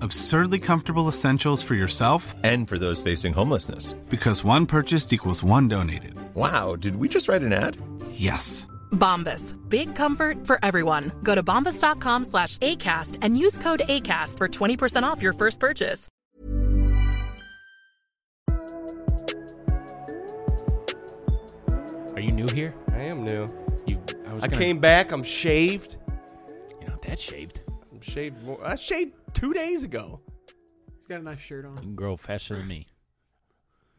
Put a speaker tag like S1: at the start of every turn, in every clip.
S1: Absurdly comfortable essentials for yourself
S2: And for those facing homelessness.
S1: because one purchased equals one donated.
S2: Wow, did we just write an ad?
S1: Yes.
S3: Bombas. Big comfort for everyone. Go to bombas.com slash ACAST and use code ACAST for 20% off your first purchase.
S4: Are you new here?
S5: I am new.
S4: You, I was.
S5: I
S4: gonna-
S5: came back. I'm shaved.
S4: You're not that shaved.
S5: I'm shaved. More. I shaved two days ago. He's got a nice shirt
S4: You
S5: on.
S4: can grow faster than me.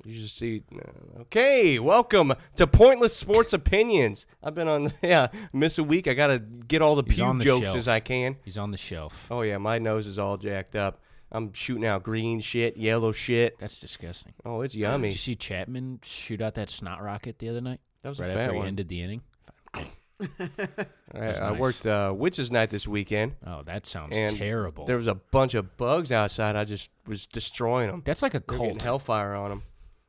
S5: You should see. uh, Okay, welcome to Pointless Sports Opinions. I've been on. Yeah, miss a week. I gotta get all the
S4: He's on
S5: pew
S4: the
S5: jokes
S4: shelf.
S5: as I can.
S4: He's on the shelf.
S5: Oh yeah, my nose is all jacked up. I'm shooting out green shit, yellow shit.
S4: That's disgusting.
S5: Oh, it's
S4: Did
S5: yummy.
S4: you see Chapman shoot out that snot rocket the other night?
S5: That was a
S4: right
S5: fat
S4: after
S5: one.
S4: he ended the inning.
S5: I,
S4: was
S5: I
S4: nice.
S5: worked uh, witches night this weekend,
S4: Oh, that sounds
S5: and
S4: terrible.
S5: there was a bunch of bugs outside. I just was destroying them.
S4: That's like a
S5: They're getting
S4: cult.
S5: hellfire on them.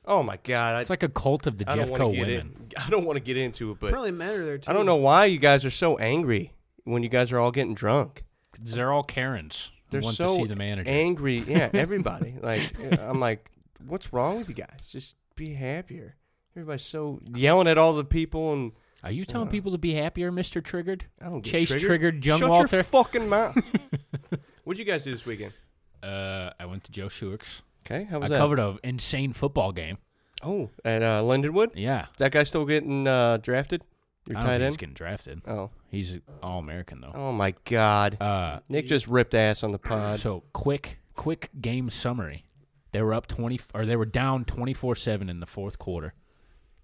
S5: Oh my god! I,
S4: It's like a cult of the
S5: I don't want
S4: Jeffco
S5: to get
S4: women.
S5: in. I don't want to get into it, but
S6: Probably men are there too.
S5: I don't know why you guys are so angry when you guys are all getting drunk.
S4: They're all Karens. who
S5: They're
S4: want
S5: so
S4: to see the manager.
S5: angry. Yeah, everybody. like uh, I'm like, what's wrong with you guys? Just be happier. Everybody's so yelling at all the people, and
S4: Are you telling people to be happier, Mister Triggered?
S5: Uh. I don't get
S4: Chase
S5: triggered.
S4: Triggered, Jung
S5: Shut
S4: Walter.
S5: your fucking mouth. What'd you guys do this weekend?
S4: uh, I went to Joe Schuer's.
S5: Okay, how
S4: I
S5: was that?
S4: covered a insane football game.
S5: oh, at uh, Lindenwood. Is
S4: Yeah,
S5: that guy still getting uh, drafted? Your
S4: I don't
S5: tight
S4: think he's
S5: end.
S4: getting drafted.
S5: Oh,
S4: He's all American though.
S5: oh my God!
S4: Uh,
S5: Nick just ripped ass on the pod.
S4: So quick, quick game summary. They were up twenty, or they were down twenty four seven in the fourth quarter.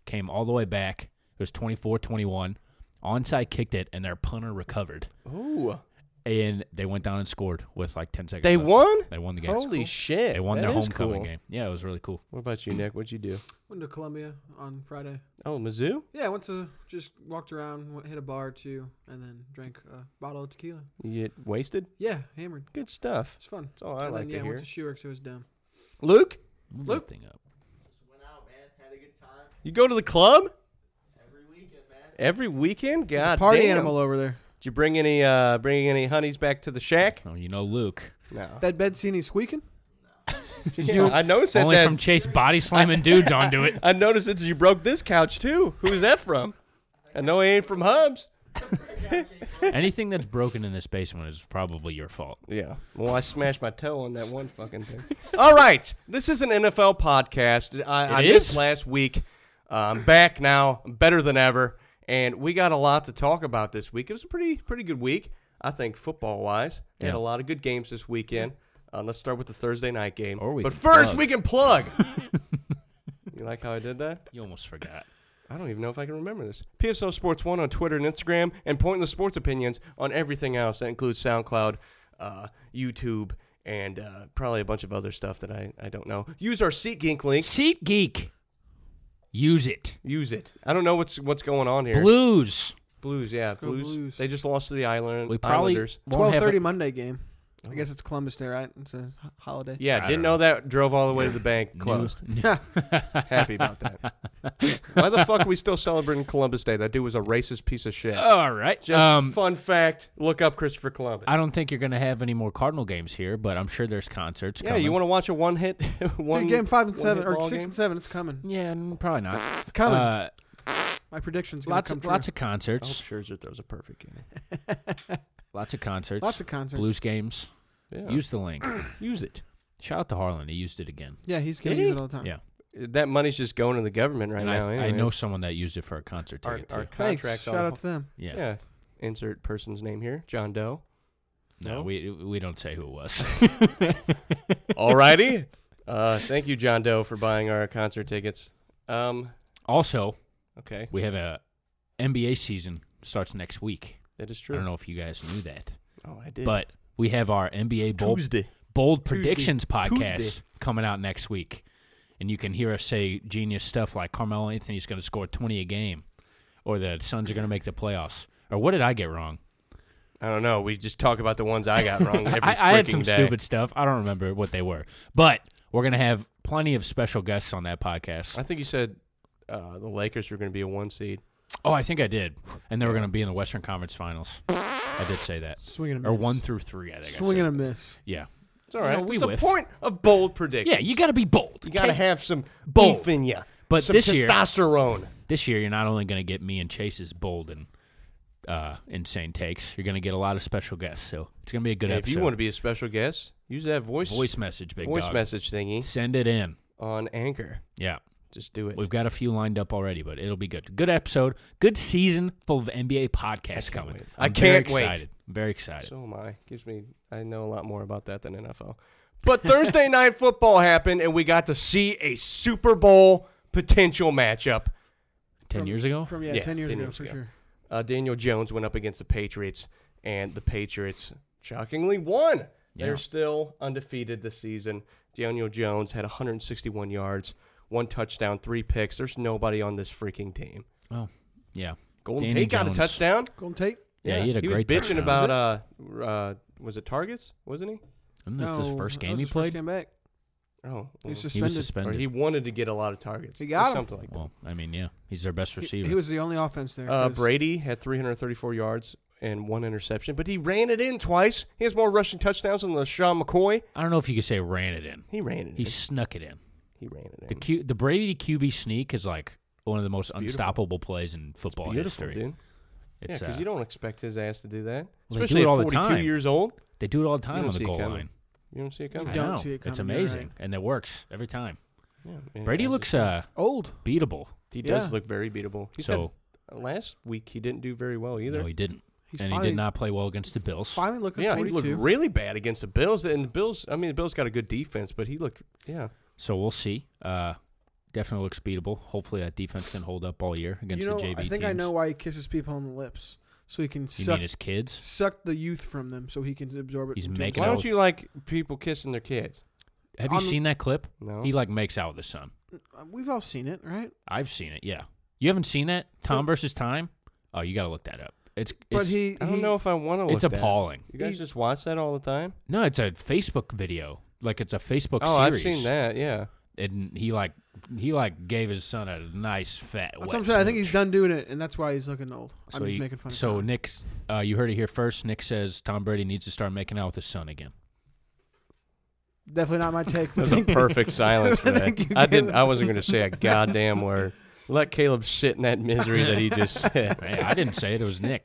S4: Came all the way back. It was 24-21. Onside kicked it, and their punter recovered,
S5: Ooh,
S4: and they went down and scored with like ten seconds.
S5: they
S4: left.
S5: won.
S4: They won the game. It's
S5: Holy
S4: cool.
S5: shit!
S4: They won
S5: That
S4: their
S5: is
S4: homecoming
S5: cool.
S4: game. Yeah, it was really cool.
S5: What about you, Nick? What'd you do?
S6: Went to Columbia on Friday.
S5: Oh, Mizzou.
S6: Yeah, I went to just walked around, went, hit a bar or two, and then drank a bottle of tequila.
S5: You get wasted.
S6: Yeah, hammered.
S5: Good stuff.
S6: It's fun.
S5: That's all I
S6: and
S5: like
S6: then,
S5: to
S6: yeah,
S5: hear.
S6: went to Schuer's. It was dumb.
S5: Luke,
S4: Move
S5: Luke.
S4: that thing up.
S5: you go to the club every weekend, man. Every weekend,
S6: He's a
S5: god.
S6: party
S5: damn.
S6: animal over there.
S5: Did you bring any uh bring any honeys back to the shack?
S4: Oh, you know Luke.
S5: No.
S6: That bed scene, he's squeaking.
S5: Yeah, I noticed that.
S4: Only
S5: that-
S4: from Chase body slamming dudes onto it.
S5: I noticed that you broke this couch too. Who's that from? I know it ain't from Hubs.
S4: Anything that's broken in this basement is probably your fault.
S5: Yeah. Well, I smashed my toe on that one fucking thing. All right. This is an NFL podcast. I, I
S4: It
S5: missed
S4: is?
S5: last week. Uh, I'm back now. I'm better than ever. And we got a lot to talk about this week. It was a pretty pretty good week, I think, football wise. Had
S4: Yeah.
S5: a lot of good games this weekend. Uh, let's start with the Thursday night game.
S4: Or we
S5: but
S4: can
S5: first,
S4: plug.
S5: we can plug. you like how I did that?
S4: You almost forgot.
S5: I don't even know if I can remember this. PSO Sports One on Twitter and Instagram, and Pointless Sports Opinions on everything else. That includes SoundCloud, uh, YouTube, and uh, probably a bunch of other stuff that I, I don't know. Use our SeatGeek link.
S4: Seat Geek. Use it.
S5: Use it. I don't know what's what's going on here.
S4: Blues.
S5: Blues, yeah,
S6: Let's go
S5: blues.
S6: Blues.
S5: They just lost to the Island
S4: We probably
S5: Islanders.
S4: won't
S6: Twelve
S4: have
S6: thirty
S4: a,
S6: Monday game. I guess it's Columbus Day, right? It's a h- holiday.
S5: Yeah,
S4: I don't
S5: didn't know that. Drove all the way to the bank, closed. Happy about that. Why the fuck are we still celebrating Columbus Day? That dude was a racist piece of shit.
S4: All right.
S5: Just
S4: Oh, um,
S5: fun fact. Look up Christopher Columbus.
S4: I don't think you're going to have any more Cardinal games here, but I'm sure there's concerts.
S5: yeah,
S4: coming.
S5: you want to watch a one hit, one
S6: Dude, game five and
S5: one-hit
S6: seven or
S5: ball
S6: six
S5: game?
S6: and seven. It's coming.
S4: Yeah, n- probably not.
S6: It's coming.
S4: Uh,
S6: My predictions. Gonna
S4: lots
S6: come
S4: of
S6: true.
S4: lots of
S5: I hope
S4: concerts.
S5: Scherzer throws a perfect game.
S4: Lots of concerts.
S6: Lots of concerts.
S4: Blues games.
S5: Yeah.
S4: Use the link.
S5: Use it.
S4: Shout out to Harlan. He used it again.
S6: Yeah, he's gonna
S5: Did
S6: use
S5: he?
S6: it all the time.
S4: Yeah.
S5: Uh, That money's just going to the government right
S4: And
S5: now.
S4: I, I
S5: anyway.
S4: know someone that used it for a concert
S5: our,
S4: ticket
S5: our
S4: too.
S6: Thanks.
S5: contracts.
S6: Shout
S5: on-
S6: out to them.
S4: Yeah.
S5: yeah. Insert person's name here. John Doe.
S4: No,
S5: No?
S4: we we don't say who it was.
S5: Alrighty. uh, thank you, John Doe, for buying our concert tickets. Um,
S4: also,
S5: okay,
S4: we have a NBA season starts next week.
S5: that is true.
S4: I don't know if you guys knew that,
S5: Oh, I did.
S4: but we have our NBA bold,
S5: Tuesday.
S4: bold
S5: Tuesday.
S4: predictions podcast
S5: Tuesday.
S4: coming out next week, and you can hear us say genius stuff like Carmelo Anthony's going to score twenty a game, or the Suns are going to make the playoffs, or what did I get wrong?
S5: I don't know. We just talk about the ones I got wrong every
S4: I, I had
S5: freaking
S4: some
S5: day.
S4: stupid stuff. I don't remember what they were, but we're going to have plenty of special guests on that podcast.
S5: I think you said uh, the Lakers were going to be a one seed.
S4: Oh, I think I did. And they were going to be in the Western Conference Finals. I did say that.
S6: Swinging a miss.
S4: Or one through three, I think. I said.
S6: Swinging a miss.
S4: Yeah.
S5: It's all right.
S4: No, we
S5: It's the
S4: whiff.
S5: point of bold predictions.
S4: Yeah, you got to be bold.
S5: you got to
S4: okay?
S5: have some
S4: Bold.
S5: beef in you.
S4: But
S5: some
S4: this year-
S5: testosterone.
S4: This year, you're not only going to get me and Chase's bold and uh, insane takes, you're going to get a lot of special guests. So it's going to be a good
S5: Hey, if
S4: episode.
S5: you want to be a special guest, use that voice
S4: voice message, big
S5: voice
S4: dog.
S5: message thingy
S4: Send it in.
S5: on Anchor.
S4: Yeah.
S5: Just do it.
S4: We've got a few lined up already, but it'll be good. Good episode. Good season full of NBA podcasts coming.
S5: wait.
S4: I'm
S5: I can't
S4: very
S5: wait.
S4: excited. I'm very excited.
S5: So am I. Gives me I know a lot more about that than NFL. But Thursday night football happened and we got to see a Super Bowl potential matchup.
S4: 10 years ago?
S6: From yeah,
S5: Yeah,
S6: ten years
S5: 10
S6: ago
S5: years
S6: for
S5: ago.
S6: sure.
S5: Uh, Daniel Jones went up against the Patriots and the Patriots shockingly won.
S4: Yeah.
S5: They're still undefeated this season. Daniel Jones had 161 yards, one touchdown, three picks. There's nobody on this freaking team.
S4: oh, yeah.
S5: Golden
S4: Danny
S5: Tate got a
S4: Jones.
S5: touchdown.
S6: Golden Tate.
S4: Yeah, he had a
S5: he
S4: great
S5: was bitching
S4: touchdown.
S5: about uh uh was it targets? Wasn't he?
S4: Isn't this his
S6: No,
S4: first
S6: that
S4: game
S6: was
S4: he
S6: his first
S4: played?
S6: game back.
S5: Oh,
S6: He was
S5: well,
S4: He was
S6: suspended.
S5: or
S4: suspended.
S5: he wanted to get a lot of targets.
S6: He
S5: or
S6: got 'em.
S5: something like that.
S4: well, I mean, yeah, he's their best
S6: He,
S4: receiver.
S6: he was the only offense there.
S5: Uh,
S6: 'cause
S5: Brady had 334 yards and one interception, but he ran it in twice. He has more rushing touchdowns than LaShawn McCoy.
S4: I don't know if you could say ran it in.
S5: He ran it
S4: He
S5: in.
S4: snuck it in.
S5: He ran it
S4: The
S5: in.
S4: Q, the Brady QB sneak is like one of the most
S5: beautiful.
S4: unstoppable plays in football
S5: Beautiful,
S4: history.
S5: dude. Yeah,
S4: It's,
S5: because
S4: uh,
S5: you don't expect his ass to do that,
S4: Well, they do
S5: especially
S4: it all
S5: at
S4: the
S5: 42
S4: time.
S5: years old.
S4: they do it all the time
S5: don't
S4: on the
S5: see it
S4: goal
S5: coming.
S4: line.
S5: You don't see it
S6: You
S5: coming.
S4: I
S6: don't
S4: know.
S6: see it
S4: it's
S6: coming, you're
S4: amazing,
S6: right.
S4: and it works every time.
S5: Yeah, man,
S4: Brady
S5: that's
S4: looks
S5: just-
S4: uh,
S6: Old.
S4: beatable.
S5: He does
S6: yeah.
S5: look very beatable. He's
S4: so
S5: had, last week he didn't do very well either.
S4: no, he didn't,
S6: He's
S4: and he
S6: finally-
S4: did not play well against the Bills.
S6: Finally looking.
S5: yeah,
S6: 42.
S5: he looked really bad against the Bills, and the Bills. I mean, the Bills got a good defense, but he looked. Yeah,
S4: So we'll see. Uh, definitely looks beatable. Hopefully that defense can hold up all year against
S6: you know,
S4: the JV
S6: I think
S4: teams.
S6: I know why he kisses people on the lips, so he can
S4: You
S6: suck,
S4: mean his kids?
S6: suck the youth from them, so he can absorb it.
S4: He's
S6: into
S4: making
S5: Why
S6: himself.
S4: out-
S5: don't you like people kissing their kids?
S4: Have you
S6: I'm-
S4: seen that clip?
S5: No.
S4: He like makes out with his son.
S6: We've all seen it, right?
S4: I've seen it. Yeah. You haven't seen that? Tom versus Time? Oh, you got to look that up. It's
S6: But
S4: it's
S6: he,
S5: I don't
S6: he-
S5: know if I want to.
S4: it's appalling.
S5: You guys
S6: He-
S5: just watch that all the time.
S4: No, it's a Facebook video. Like it's a Facebook
S5: oh,
S4: series.
S5: I've seen that. Yeah.
S4: And he like he like gave his son a nice fat
S6: That's
S4: wet
S6: what I'm saying. I think
S4: smooch.
S6: he's done doing it, and that's why he's looking old.
S4: So
S6: I'm just
S4: you-
S6: making fun of
S4: So
S6: him.
S4: Nick's uh, you heard it here first. Nick says Tom Brady needs to start making out with his son again.
S6: Definitely not my take.
S5: That was a perfect silence for
S6: Thank
S5: that.
S6: you,
S5: I didn't.
S6: Caleb.
S5: I wasn't going to say a goddamn word. Let Caleb sit in that misery that he just said.
S4: Hey, I didn't say it, it was Nick.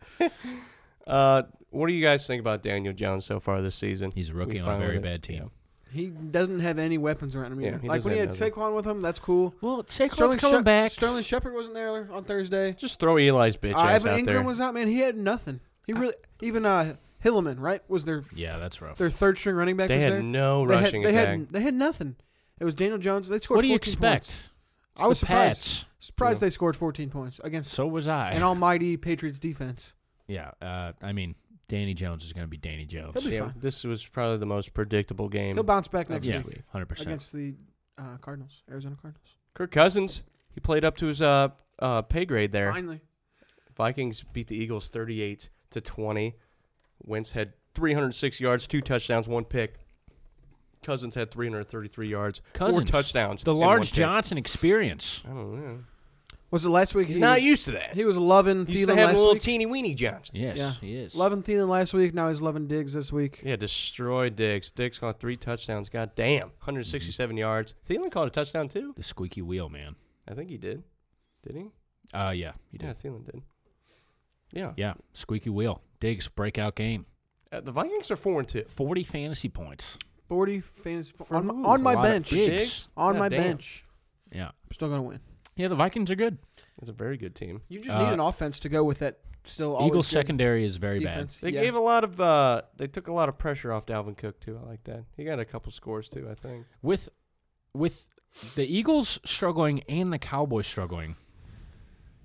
S5: Uh, what do you guys think about Daniel Jones so far this season?
S4: He's a
S5: We
S4: rookie on a
S5: fine with
S4: very
S5: it?
S4: bad team.
S5: Yeah.
S6: He doesn't have any weapons around him.
S5: Yeah,
S6: either.
S5: he
S6: like
S5: doesn't
S6: when he had
S5: have nothing.
S6: Saquon with him, that's cool.
S4: Well, Saquon's
S6: Shep-
S4: coming back.
S6: Sterling Shepard wasn't there on Thursday.
S5: Just throw Eli's bitch
S6: Uh,
S5: ass
S6: Evan
S5: out
S6: Ingram
S5: there.
S6: was out. Man, he had nothing. He really even uh, Hilleman right was their
S4: yeah, that's rough.
S6: their third string running back.
S5: They
S6: was
S5: had
S6: there.
S5: no
S6: they
S5: rushing
S6: had, they
S5: attack.
S6: Had, they had nothing. It was Daniel Jones. They scored.
S4: What do you
S6: 14
S4: expect?
S6: points.
S4: It's
S6: I was
S4: the
S6: surprised.
S4: Pats.
S6: Surprised they scored 14 points against
S4: So was I.
S6: an almighty Patriots defense.
S4: Yeah, uh, I mean, Danny Jones is going to be Danny Jones.
S6: He'll be
S5: Yeah,
S6: fine.
S5: this was probably the most predictable game.
S6: He'll bounce back next
S4: yeah,
S6: week
S4: hundred percent.
S6: against the uh, Cardinals, Arizona Cardinals.
S5: Kirk Cousins. He played up to his uh, uh, pay grade there.
S6: Finally,
S5: Vikings beat the Eagles 38 to 20. Wentz had 306 yards, two touchdowns, one pick. Cousins had 333 yards, four
S4: Cousins,
S5: touchdowns.
S4: The
S5: and one
S4: large
S5: pick.
S4: Johnson experience.
S5: I don't know.
S6: Was it last week?
S5: He's
S6: he
S5: not
S6: was-
S5: used to that.
S6: He was loving
S5: He's
S6: Thielen
S5: having a
S6: last
S5: little
S6: week.
S5: teeny weeny Johnson.
S4: Yes,
S6: yeah,
S4: he is.
S6: Loving Thielen last week. Now he's loving Diggs this week.
S5: Yeah, destroyed Diggs. Diggs caught three touchdowns. God damn, 167
S4: Mm-hmm.
S5: yards. Thielen caught a touchdown too.
S4: the squeaky wheel, man.
S5: I think he did. Did he?
S4: Uh, yeah, he did.
S5: Yeah, Thielen did. Yeah.
S4: Yeah, squeaky wheel. Diggs breakout game.
S5: Uh, the Vikings are four and two.
S4: Forty fantasy points.
S6: Forty fantasy po-
S5: For
S6: on,
S5: who?
S6: my- on
S5: It's a
S6: my
S4: lot of
S6: bench.
S4: big-
S5: Diggs?
S6: On
S5: God
S6: my
S5: damn.
S6: bench.
S4: Yeah,
S6: I'm still gonna win.
S4: yeah. The Vikings are good.
S5: It's a very good team.
S6: You just
S4: Uh,
S6: need an offense to go with that. Still, always
S4: Eagles
S6: good
S4: secondary is very
S6: defense.
S5: They
S6: Yeah.
S5: gave a lot of. Uh, they took a lot of pressure off Dalvin Cook too. I like that. He got a couple scores too. I think.
S4: bad. With with the Eagles struggling and the Cowboys struggling,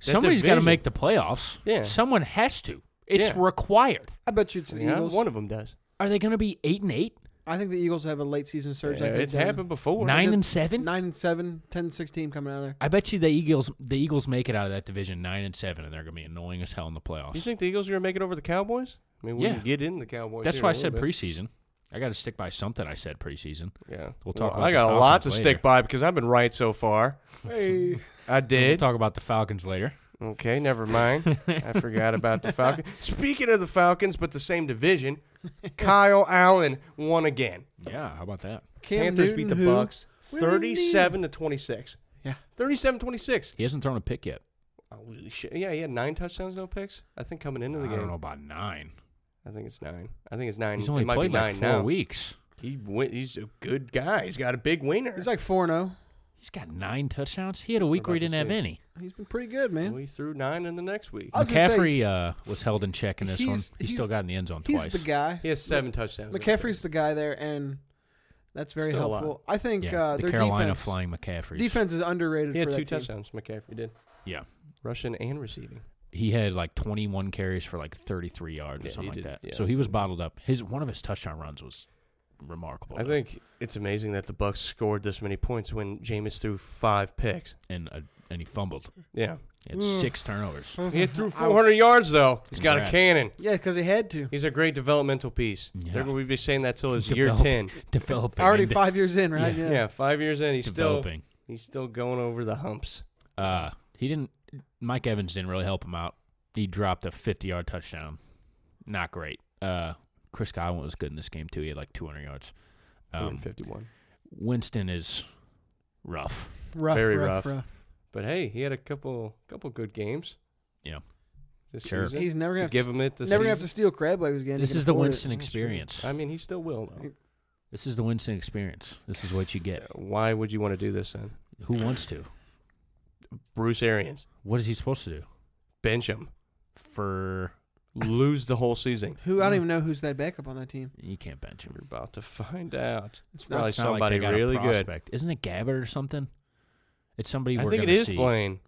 S5: That
S4: somebody's got to
S5: division.
S4: make the playoffs.
S5: Yeah.
S4: someone has to. It's
S5: Yeah.
S4: required.
S6: I bet you it's the
S5: Yeah,
S6: Eagles.
S5: one of them does.
S4: Are they going to be eight and eight,
S6: I think the Eagles have a late season surge.
S5: Yeah,
S6: I think
S5: it's
S6: they're
S5: happened before.
S4: nine and seven?
S6: Nine and seven, 10 and six team coming out of there.
S4: I bet you the Eagles the Eagles make it out of that division nine and seven, and they're going to be annoying as hell in the playoffs.
S5: You think the Eagles are gonna make it over the Cowboys? I mean, we
S4: Yeah.
S5: can get in the Cowboys.
S4: That's
S5: here
S4: why I
S5: in a
S4: said
S5: little bit.
S4: preseason. I got to stick by something I said preseason.
S5: Yeah,
S4: We'll talk about
S5: I
S4: the
S5: got a lot to
S4: Falcons
S5: stick
S4: later.
S5: by because I've been right so far. Hey, I
S4: We'll
S5: did.
S4: talk about the Falcons later.
S5: Okay, never mind. I forgot about the Falcons. Speaking of the Falcons, but the same division, Kyle Allen won again.
S4: Yeah, how about that?
S6: Cam
S5: Panthers
S6: Newton,
S5: beat the
S6: who-
S5: Bucks
S6: Where did he-
S5: 37 to 26.
S6: Yeah.
S5: 37 26.
S4: He hasn't thrown a pick yet.
S5: Oh, Holy shit. Yeah, he had nine touchdowns, no picks. I think coming into
S4: I
S5: the
S4: don't
S5: game.
S4: know about nine.
S5: I think it's nine. I think it's nine.
S4: He's only
S5: it might
S4: played
S5: be nine
S4: like four
S5: now.
S4: weeks.
S5: He went, he's a good guy. He's got a big winner.
S6: He's like oh. 4 0.
S4: He's got nine touchdowns. He had a week where he
S5: about
S4: didn't
S5: to
S4: have
S5: say.
S4: any.
S6: He's been pretty good, man.
S5: we threw nine in the next week.
S6: I was gonna say-
S4: McCaffrey uh, was held in check in this one.
S6: He's-
S4: He
S6: he's-
S4: still got in the end zone
S6: He's
S4: twice.
S6: the guy.
S5: He has seven touchdowns. in the
S6: McCaffrey's the guy there, and that's very
S5: Still a lot.
S6: helpful. I think
S4: Yeah,
S6: uh,
S4: the
S6: their
S4: Carolina
S6: defense,
S4: Flying McCaffrey.
S6: defense is underrated.
S5: He had
S6: for that
S5: two
S6: team.
S5: touchdowns. McCaffrey did.
S4: Yeah,
S5: Rushing and receiving.
S4: he had like 21 carries for like 33 yards or
S5: Yeah, he
S4: something like
S5: did,
S4: that.
S5: yeah.
S4: So he was bottled up. His one of his touchdown runs was remarkable.
S5: I
S4: though,
S5: think it's amazing that the Bucks scored this many points when Jameis threw five picks.
S4: and uh, and he fumbled.
S5: Yeah.
S4: He had six turnovers.
S5: He threw 400 yards, though. He's got a
S4: Uh-huh. Congrats.
S5: cannon.
S6: Mm-hmm. Yeah, because he had to.
S5: He's a great developmental piece.
S4: Yeah.
S5: They're going to be saying that till his year
S4: Develop-
S5: 10.
S4: Developing.
S6: Already
S4: into-
S6: five years in, right?
S5: Yeah. five years in, he's
S4: Developing.
S5: still he's still going over the humps.
S4: Uh, he didn't. Mike Evans didn't really help him out. He dropped a 50 yard touchdown. Not great. Uh, Chris Godwin was good in this game too. He had like 200 yards. Um,
S5: 151.
S4: Winston is rough.
S6: Rough,
S5: Very
S6: rough, rough,
S5: rough. But hey, he had a couple couple good games
S4: Yeah.
S5: this
S4: Sure.
S5: season.
S6: He's never gonna
S5: Just give
S6: have
S5: him it.
S6: to,
S5: This
S6: never gonna
S5: season.
S6: have to steal crab legs again. He
S4: This
S6: can
S4: is the
S6: afford it.
S4: Winston experience.
S5: I mean, he still will. Though.
S4: This is the Winston experience. This is what you get.
S5: Why would you want to do this then?
S4: Who wants to?
S5: Bruce Arians,
S4: What is he supposed to do?
S5: bench him,
S4: For
S5: lose the whole season.
S6: Who I don't even know who's that backup on that team.
S4: you can't bench him.
S5: We're about to find out. It's,
S6: It's not-
S5: probably
S4: It's not like
S5: somebody
S4: they got a
S5: really good.
S4: prospect. Isn't it Gabbard or something? It's somebody
S5: I
S4: we're
S5: think it
S4: gonna
S5: is
S4: see.
S5: Blaine.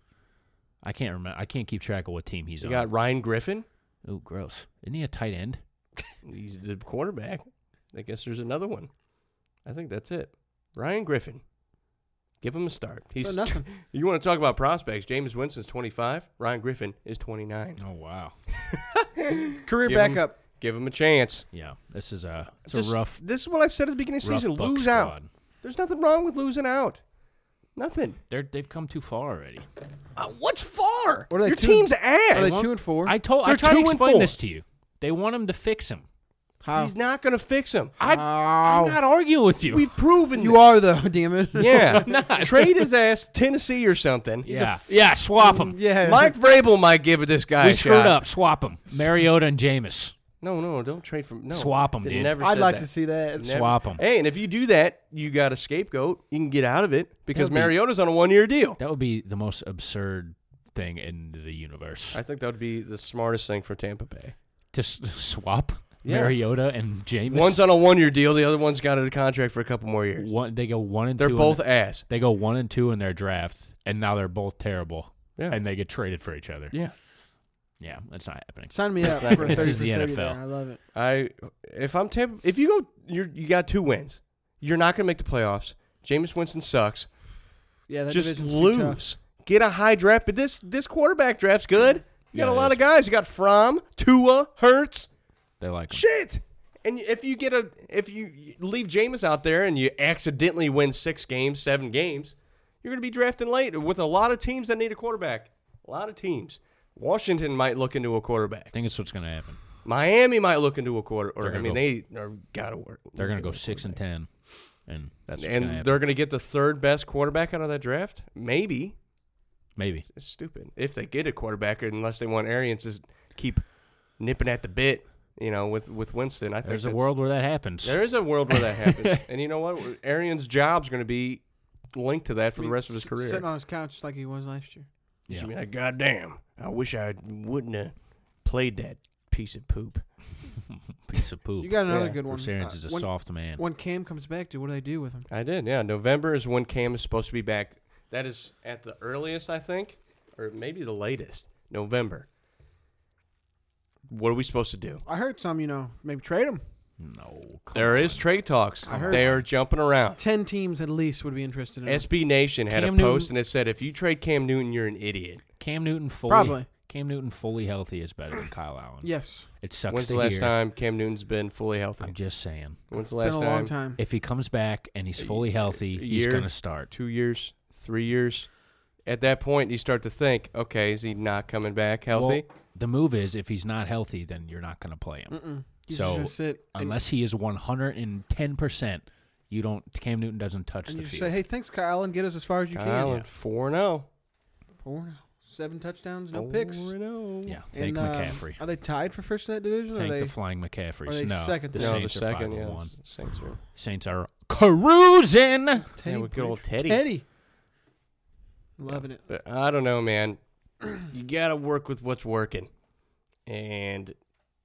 S4: I can't remember. I can't keep track of what team he's
S5: You
S4: on.
S5: got Ryan Griffin.
S4: Ooh, gross. Isn't he a tight end?
S5: He's the quarterback. I guess there's another one. I think that's it. Ryan Griffin. Give him a start. He's
S6: nothing.
S5: you want to talk about prospects? James Winston's 25. Ryan Griffin is 29.
S4: Oh wow.
S6: Career
S5: Give him-
S6: backup.
S5: Give him a chance.
S4: Yeah. This is a it's
S5: Just-
S4: a rough
S5: This is what I said at the beginning of the
S4: rough
S5: season.
S4: Buck
S5: Lose out.
S4: squad.
S5: There's nothing wrong with losing out. Nothing.
S4: They're, they've come too far already.
S5: Uh, what's far?
S6: What are they,
S5: Your
S6: two-
S5: team's
S6: Are they
S5: ass.
S4: Well,
S6: two and four?
S4: I told I
S5: They're
S4: tried
S5: two
S4: to
S5: and
S4: explain
S5: four.
S4: this to you. They want him to fix him.
S6: How?
S5: He's not going to fix him.
S4: I,
S6: Ow.
S4: I'm not arguing with you.
S5: We've proven
S6: you
S5: this.
S6: are though, damn it.
S5: Yeah,
S4: not.
S5: trade his ass to Tennessee or something.
S4: yeah, yeah. Swap him.
S6: yeah.
S5: Mike Vrabel might give this guy
S4: we
S5: a
S4: screwed
S5: shot.
S4: up. Swap him. Mariota and Jameis.
S5: No, no, don't trade for no.
S4: Swap 'em,
S5: They
S4: dude.
S5: Never
S6: I'd
S5: said
S6: like
S5: that.
S6: to see that.
S5: Never-
S4: Swap 'em.
S5: Hey, and if you do that, you got a scapegoat. You can get out of it because
S4: That'd be-
S5: Mariota's on a one-year deal.
S4: That would be the most absurd thing in the universe.
S5: I think that would be the smartest thing for Tampa Bay.
S4: to s- swap
S5: Yeah.
S4: Mariota and Jameis.
S5: One's on a one-year deal. The other one's got a contract for a couple more years.
S4: one, they go one and
S5: They're
S4: two. in
S5: both
S4: the-
S5: ass.
S4: they go one and two in their draft, and now they're both terrible,
S5: Yeah.
S4: and they get traded for each other.
S5: yeah.
S4: Yeah, that's not happening.
S6: Sign me up
S5: It's not
S6: for
S5: gonna
S6: a
S5: happen.
S4: This
S6: 30
S4: is the
S6: for 30
S4: NFL.
S6: there. I love it.
S5: I if I'm Tampa, if you go, you you got two wins. You're not gonna make the playoffs. Jameis Winston sucks.
S6: Yeah, that
S5: Just
S6: division's too tough.
S5: lose. Get a high draft, but this this quarterback draft's good. You got
S4: Yeah,
S5: a
S4: it
S5: lot
S4: is.
S5: of guys. You got Fromm, Tua, Hurts.
S4: They like 'em.
S5: Shit. And if you get a if you leave Jameis out there and you accidentally win six games, seven games, you're going to be drafting late with a lot of teams that need a quarterback. A lot of teams. Washington might look into a
S4: I
S5: quarterback.
S4: think that's what's going to happen.
S5: Miami might look into a quarter. Or
S4: They're
S5: I
S4: gonna
S5: mean,
S4: go-
S5: they are got to work.
S4: They're going to go six and ten, and that's what's going to
S5: and
S4: happen.
S5: they're going to get the third best quarterback out of that draft. Maybe
S4: Maybe
S5: it's stupid if they get a quarterback, unless they want Arians to keep nipping at the bit. You know, with with Winston, I think
S4: there's a
S5: that's-
S4: world where that happens.
S5: There is a world where that happens, and you know what? Arian's job's going to be linked to that for the rest of his
S6: S-
S5: career.
S6: Sitting on his couch like he was last year.
S5: He's gonna be like, God damn, I wish I wouldn't have played that piece of poop.
S4: Piece of poop.
S6: You got another
S5: Yeah.
S6: good one. Uh,
S4: Bruce Arians is a
S6: when,
S4: soft man.
S6: When Cam comes back, dude, what do they do with him?
S5: I did, yeah. November is when Cam is supposed to be back. That is at the earliest, I think, or maybe the latest. November. What are we supposed to do?
S6: I heard some, you know, maybe trade him.
S4: no, come
S5: There
S4: on.
S5: is trade talks.
S6: I heard-
S5: They are jumping around.
S6: Ten teams at least would be interested in him.
S5: SB Nation had
S4: Cam
S5: a post
S4: Newton-
S5: and it said, "If you trade Cam Newton, you're an idiot."
S4: Cam Newton fully.
S6: Probably.
S4: Cam Newton fully healthy is better than Kyle Allen.
S6: yes,
S4: It sucks
S5: When's
S4: to
S5: the last
S4: hear.
S5: time Cam Newton's been fully healthy?
S4: I'm just saying.
S5: When's the
S6: been
S5: last
S6: a
S5: time?
S6: long time.
S4: If he comes back and he's fully healthy,
S5: A
S4: he's
S5: year,
S4: going to start.
S5: Two years, three years. At that point, you start to think, okay, is he not coming back healthy?
S4: Well, the move is if he's not healthy, then you're not going to play him.
S6: Mm-mm. He's just
S4: so
S6: gonna sit and-
S4: unless he is 110 percent, you don't. Cam Newton doesn't touch the
S6: and you just
S4: field.
S6: say, "Hey, thanks, Kyle, and get us as far as you
S5: Kyle
S6: can."
S5: Allen, four and oh. zero.
S6: Four, seven touchdowns, no picks.
S5: Four and oh. zero.
S4: yeah, thank
S6: And, uh,
S4: McCaffrey.
S6: Are they tied for first in that division? or
S4: Thank
S6: are they
S4: the flying McCaffrey.
S6: are they
S4: no,
S6: second
S4: the
S6: there?
S5: no,
S4: Saints
S5: the
S4: are
S5: second.
S4: 5
S5: Yeah,
S4: and one.
S5: it's- Saints are.
S4: Saints are cruising.
S6: Teddy
S5: with good old
S6: Bridge-
S5: Teddy.
S6: Loving it.
S5: But I don't know, man. You gotta work with what's working, and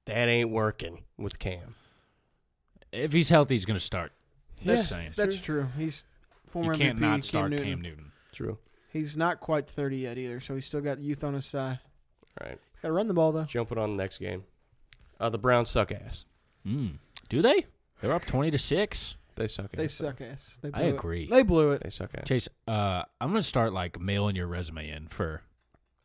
S5: that ain't working with Cam.
S4: If he's healthy, he's going to start.
S5: That's-
S4: Just saying.
S6: That's true. He's
S4: You
S6: former
S4: can't
S6: MVP
S4: not start
S6: Cam, Newton.
S5: True.
S6: He's not quite 30 yet either, so he's still got youth on his side.
S5: All right.
S6: He's got to run the ball though.
S5: Jumping on the next game. Uh, the Browns suck ass.
S4: Mm. Do they? They're up 20 to six.
S5: They suck ass.
S6: They suck ass. They
S4: I
S6: blew it.
S4: agree.
S6: They blew it.
S5: They suck ass.
S4: Chase, uh, I'm going to start like mailing your resume in for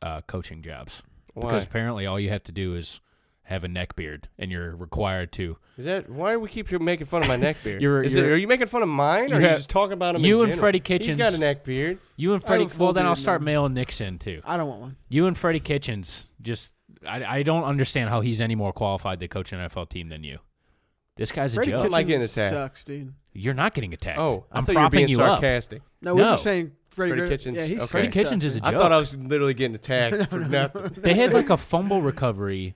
S4: uh, coaching jobs
S5: Why?
S4: because apparently all you have to do is have a neck beard and you're required to.
S5: Is that why do we keep making fun of my neck beard?
S4: You're-
S5: Is
S4: you're-
S5: it, are you making fun of mine,
S4: You
S5: or are you
S4: have-
S5: just talking about him? in
S4: you and
S5: general?
S4: Freddie
S5: He's
S4: Kitchens-
S5: got a neck beard.
S4: You and
S6: I have a
S4: Freddie.
S6: full
S4: Well, then I'll
S6: beard
S4: start
S6: now.
S4: mailing Nixon too.
S6: I don't want one.
S4: You and Freddie Kitchens. Just I, I don't understand how he's any more qualified to coach an NFL team than you. This guy's
S5: Freddie
S4: a joke.
S5: Kitchens- Like in
S6: It
S5: attack.
S6: sucks, dude.
S4: you're not getting attacked.
S5: Oh, I
S4: I'm
S5: thought you were
S4: propping
S5: being
S4: you up.
S5: sarcastic.
S6: No, we're
S4: No.
S6: just saying Freddie,
S5: Freddie
S6: Gre-
S5: Kitchens,
S6: Yeah, he
S5: okay.
S6: sucks.
S5: Freddie
S4: Kitchens is a
S5: I
S4: joke.
S5: thought I was literally getting attacked for
S6: No, no,
S5: nothing.
S4: They had like a fumble recovery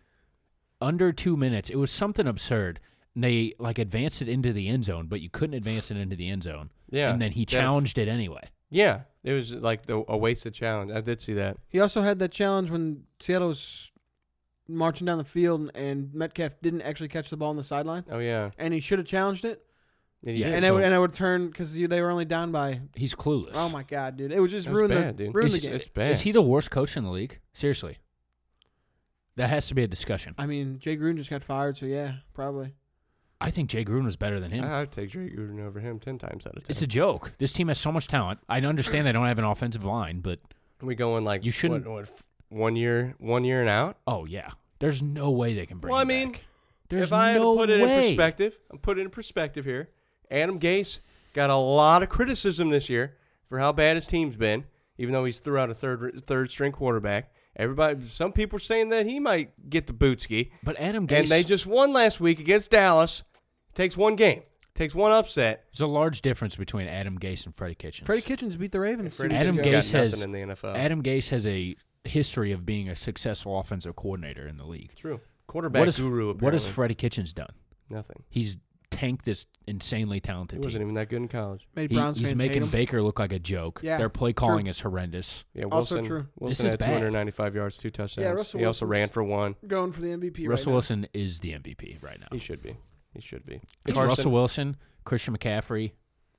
S4: under two minutes. It was something absurd. And they like advanced it into the end zone, but you couldn't advance it into the end zone.
S5: Yeah,
S4: And then he
S5: that-
S4: challenged it anyway.
S5: Yeah, it was like the, a wasted challenge. I did see that.
S6: He also had that challenge when Seattle was marching down the field and Metcalf didn't actually catch the ball on the sideline,
S5: Oh yeah,
S6: and he should have challenged it.
S5: and he
S4: Yeah,
S5: did.
S6: and
S4: so-
S6: it would and it would turn because they were only down by.
S4: He's clueless.
S6: Oh my god, dude! It would just
S5: That was
S6: ruin
S5: bad,
S6: the
S5: dude.
S6: ruin
S4: Is,
S6: the
S5: It's-
S6: game.
S5: it's bad.
S4: Is he the worst coach in the league? Seriously. That has to be a discussion.
S6: I mean, Jay Gruden just got fired, so yeah, probably.
S4: I think Jay Gruden was better than him.
S5: I- I'd take Drake Gruden over him ten times out of ten.
S4: it's a joke. This team has so much talent. I understand they don't have an offensive line, but
S5: we going like
S4: You shouldn't-
S5: what, what, one year, one year and out.
S4: oh yeah, there's no way they can bring.
S5: Well, I
S4: him
S5: mean,
S4: back. there's
S5: if I
S4: no
S5: had to put it
S4: way.
S5: in perspective, I'm put it in perspective here. Adam Gase got a lot of criticism this year for how bad his team's been, even though he's threw out a third third string quarterback. Everybody, some people are saying that he might get the bootski,
S4: but Adam Gase
S5: and they just won last week against Dallas. Takes one game, takes one upset.
S4: There's a large difference between Adam Gase and Freddie Kitchens.
S6: Freddie Kitchens beat the Ravens. two
S5: Freddie
S6: weeks
S4: Adam
S6: ago.
S5: Kitchens
S4: Gase
S5: got nothing
S4: has-
S5: in the NFL.
S4: Adam Gase has a history of being a successful offensive coordinator in the league.
S5: True quarterback
S4: what is
S5: guru. Apparently.
S4: what has Freddie Kitchens done?
S5: Nothing.
S4: He's tanked this insanely talented
S5: He wasn't
S4: team.
S5: even that good in college.
S6: made
S4: He-
S6: Browns
S4: he's
S6: fans
S4: making
S6: hate him.
S4: Baker look like a joke.
S6: Yeah,
S4: Their play
S6: true.
S4: calling is horrendous.
S5: Yeah,
S6: Also
S5: Wilson.
S6: true.
S5: Wilson
S4: This is
S5: had
S4: bad.
S5: 295 yards, two touchdowns.
S6: Yeah, Russell
S5: he also
S6: Wilson's-
S5: ran for one.
S6: going for the MVP.
S4: Russell
S6: right
S4: Wilson is the MVP right now.
S5: He should be. He should be.
S4: It's
S5: Carson-
S4: Russell Wilson, Christian McCaffrey,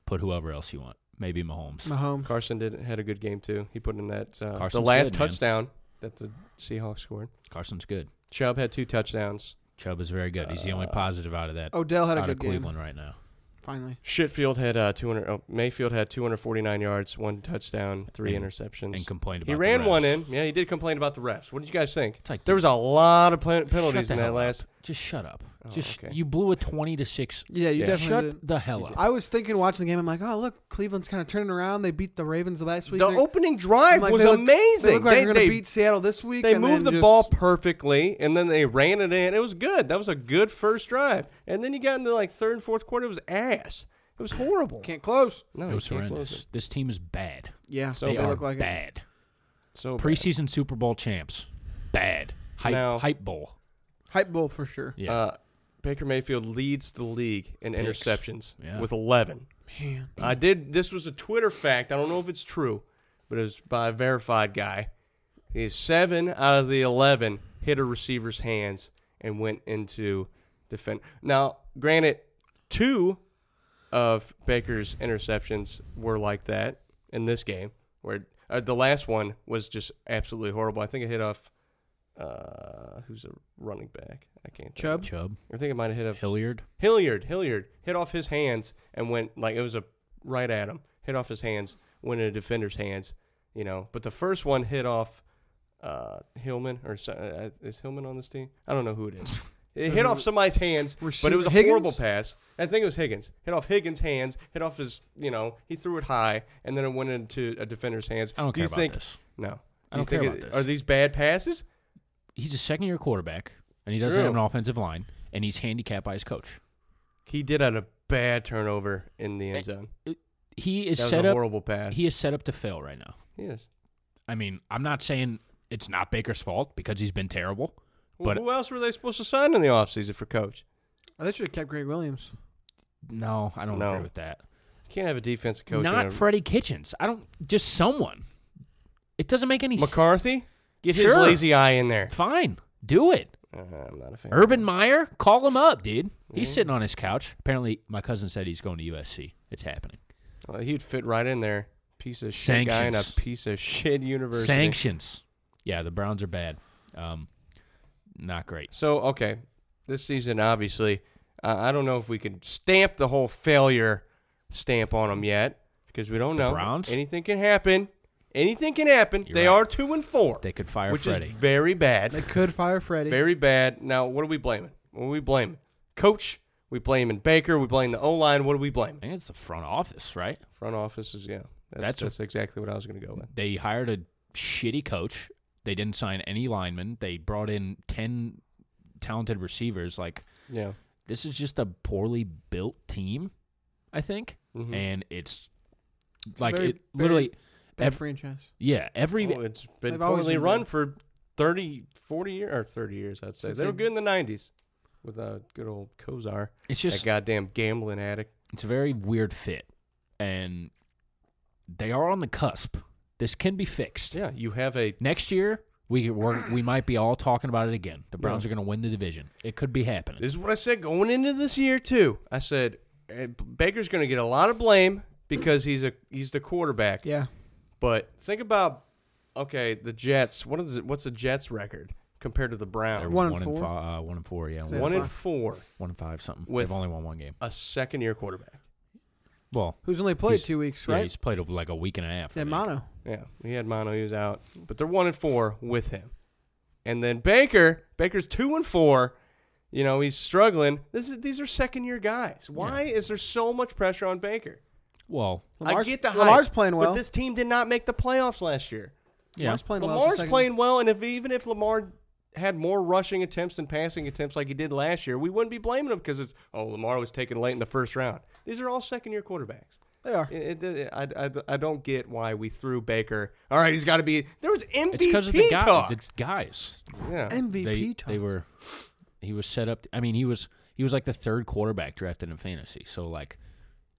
S4: put whoever else you want. Maybe Mahomes.
S6: Now. Mahomes.
S5: Carson did had a good game too. He put in that uh, the
S4: Carson's
S5: last
S4: good, man.
S5: touchdown that the Seahawks scored.
S4: Carson's good.
S5: Chubb had two touchdowns.
S4: Chubb is very good. He's the
S5: Uh,
S4: only positive out of that.
S6: Odell had a
S4: out
S6: good
S4: of Cleveland right now.
S6: game. Finally,
S5: Shitfield had uh, 200. Oh, Mayfield had 249 yards, one touchdown, three
S4: And-
S5: interceptions,
S4: and complained
S5: He
S4: about the
S5: ran one
S4: refs.
S5: in. Yeah, he did complain about the refs. What did you guys think?
S4: It's like,
S5: there
S4: dude,
S5: was a lot of pl-
S4: Shut
S5: penalties
S4: the
S5: in that
S4: hell
S5: last.
S4: Up. Just shut up.
S5: Oh,
S4: Just
S5: okay.
S4: you blew a twenty to six.
S6: Yeah, you
S5: Yeah.
S6: definitely
S4: Shut
S6: did.
S4: the
S5: Oh,
S4: hell up.
S6: I was thinking watching the game. I'm like, oh look, Cleveland's kind of turning around. They beat the Ravens the last week.
S5: The
S6: They're-
S5: opening
S6: I'm
S5: drive
S6: like,
S5: was
S6: they look-
S5: amazing.
S6: They look like
S5: they,
S6: are going
S5: they-
S6: to beat Seattle this week.
S5: They
S6: and
S5: moved
S6: then
S5: the
S6: just-
S5: ball perfectly, and then they ran it in. It was good. That was a good first drive. And then you got into like third and fourth quarter. It was ass. It was horrible.
S6: Can't close.
S5: no,
S4: it
S5: you
S4: was
S5: can't close
S4: horrendous.
S5: it.
S4: This team is bad.
S6: Yeah,
S5: So
S6: they,
S4: they,
S5: bad.
S4: are
S6: look like it.
S4: bad.
S5: So bad.
S4: Preseason Super Bowl champs, bad. Hype,
S5: Now-
S4: hype bowl.
S6: hype bull for sure.
S4: Yeah.
S5: Uh, Baker Mayfield leads the league in
S4: Picks.
S5: interceptions
S4: Yeah.
S5: with 11.
S6: Man,
S5: I did. This was a Twitter fact. I don't know if it's true, but it was by a verified guy. He's seven out of the 11 hit a receiver's hands and went into defend. Now, granted, two of Baker's interceptions were like that in this game, where uh, the last one was just absolutely horrible. I think it hit off. Uh, who's a running back? I can't. think.
S6: Chubb.
S4: Chubb,
S5: I think it might have hit off
S4: Hilliard.
S5: Hilliard, Hilliard hit off his hands and went like it was a right at him. Hit off his hands, went in a defender's hands, you know. But the first one hit off uh, Hillman or so- uh, is Hillman on this team? I don't know who it is. It hit off somebody's hands, but it was a
S6: Receiver-
S5: horrible
S6: Higgins?
S5: pass. I think it was Higgins. Hit off Higgins' hands. Hit off his, you know, he threw it high, and then it went into a defender's hands.
S4: I don't
S5: Do
S4: care
S5: you
S4: about
S5: think,
S4: this.
S5: No,
S4: I
S5: Do you
S4: don't care
S5: think
S4: about
S5: it-
S4: this.
S5: Are these bad passes?
S4: He's a second year quarterback, and he doesn't
S5: True.
S4: have an offensive line, and he's handicapped by his coach.
S5: He did have a bad turnover in the end zone.
S4: He
S5: That
S4: is
S5: was
S4: set
S5: a
S4: up.
S5: horrible pass.
S4: He is set up to fail right now.
S5: yes.
S4: I mean, I'm not saying it's not Baker's fault because he's been terrible.
S5: Well,
S4: But-
S5: who else were they supposed to sign in the offseason for coach?
S6: Oh, they should have kept Greg Williams.
S4: No, I don't
S5: No.
S4: agree with that.
S5: You can't have a defensive coach.
S4: not
S5: and a-
S4: Freddie Kitchens. I don't. Just someone. It doesn't make any sense.
S5: McCarthy. Get his
S4: Sure.
S5: lazy eye in there.
S4: Fine, do it.
S5: Uh, I'm not a fan.
S4: Urban Meyer, call him up, dude. He's sitting on his couch. Apparently, my cousin said he's going to USC. It's happening.
S5: Uh, he'd fit right in there. Piece of shit guy in a
S4: Sanctions.
S5: piece of shit university.
S4: Sanctions. Yeah, the Browns are bad. Um, not great.
S5: So okay, this season obviously, uh, I don't know if we can stamp the whole failure stamp on them yet because we don't
S4: The
S5: know.
S4: Browns?
S5: Anything can happen. Anything can happen.
S4: You're
S5: they
S4: right.
S5: are two and four.
S4: They could fire
S5: which
S4: Freddie.
S5: is very bad.
S6: They could fire Freddie.
S5: Very bad. Now, what are we blaming? What are we blaming? Coach. We blaming Baker. We blame the O line. What do we blame?
S4: I think it's the front office, right?
S5: Front offices. Yeah,
S4: That's
S5: that's that's, exactly what I was going to go with.
S4: They hired a shitty coach. They didn't sign any linemen. They brought in ten talented receivers. Like
S5: Yeah.
S4: this is just a poorly built team, I think,
S5: Mhm.
S4: and it's,
S6: It's a
S4: like
S6: very-
S4: it literally.
S6: bad
S4: ev-
S6: franchise.
S4: yeah, every
S5: Oh, it's been
S6: They've always
S5: poorly
S6: been
S5: run
S6: good.
S5: for 30, 40 years or thirty years. I'd say
S6: Since
S5: they were
S6: they-
S5: good in the nineties with uh, good old Kozar,
S4: it's just
S5: that goddamn gambling addict.
S4: It's a very weird fit, and they are on the cusp. This can be fixed.
S5: Yeah, you have a
S4: Next year, we we're, we might be all talking about it again. The Browns
S5: Yeah.
S4: are going to win the division. It could be happening.
S5: This is what I said going into this year too. I said eh, Baker's going to get a lot of blame because he's a he's the quarterback.
S6: Yeah,
S5: But think about okay, the Jets. What is it, what's the Jets record compared to the
S4: There
S5: Browns?
S4: was
S6: One and
S4: one
S6: four?
S4: fi- uh, one and four. Yeah, one,
S6: Is that
S5: One
S6: a
S5: in
S6: five?
S5: four,
S4: one and five something.
S5: With-
S4: They've only won one game.
S5: a second year quarterback.
S4: Well,
S6: who's only played
S4: he's-
S6: two weeks,
S4: yeah,
S6: right?
S4: he's played like a week and a half. I
S6: Yeah,
S4: think.
S6: Mono.
S5: Yeah, he had mono, he was out. But they're one and four with him. And then Baker, Baker's two and four. You know he's struggling. This is these are second year guys. Why is there so much pressure on Baker?
S4: Well,
S5: I get the hype,
S6: Lamar's playing well.
S5: but this team did not make the playoffs last year.
S4: yeah,
S6: Lamar's playing well. as a
S5: Lamar's
S6: second-
S5: playing well, and if even if Lamar had more rushing attempts than passing attempts like he did last year, we wouldn't be blaming him because it's oh Lamar was taken late in the first round. These are all second year quarterbacks.
S6: They are.
S5: It, it- it- I, I, I don't get why we threw Baker. All right, he's got to be. There was MVP
S4: it's because of the, guy,
S5: talk.
S4: the guys.
S5: yeah.
S6: MVP.
S4: they,
S6: talk.
S4: they were he was set up I mean he was he was like the third quarterback drafted in fantasy so like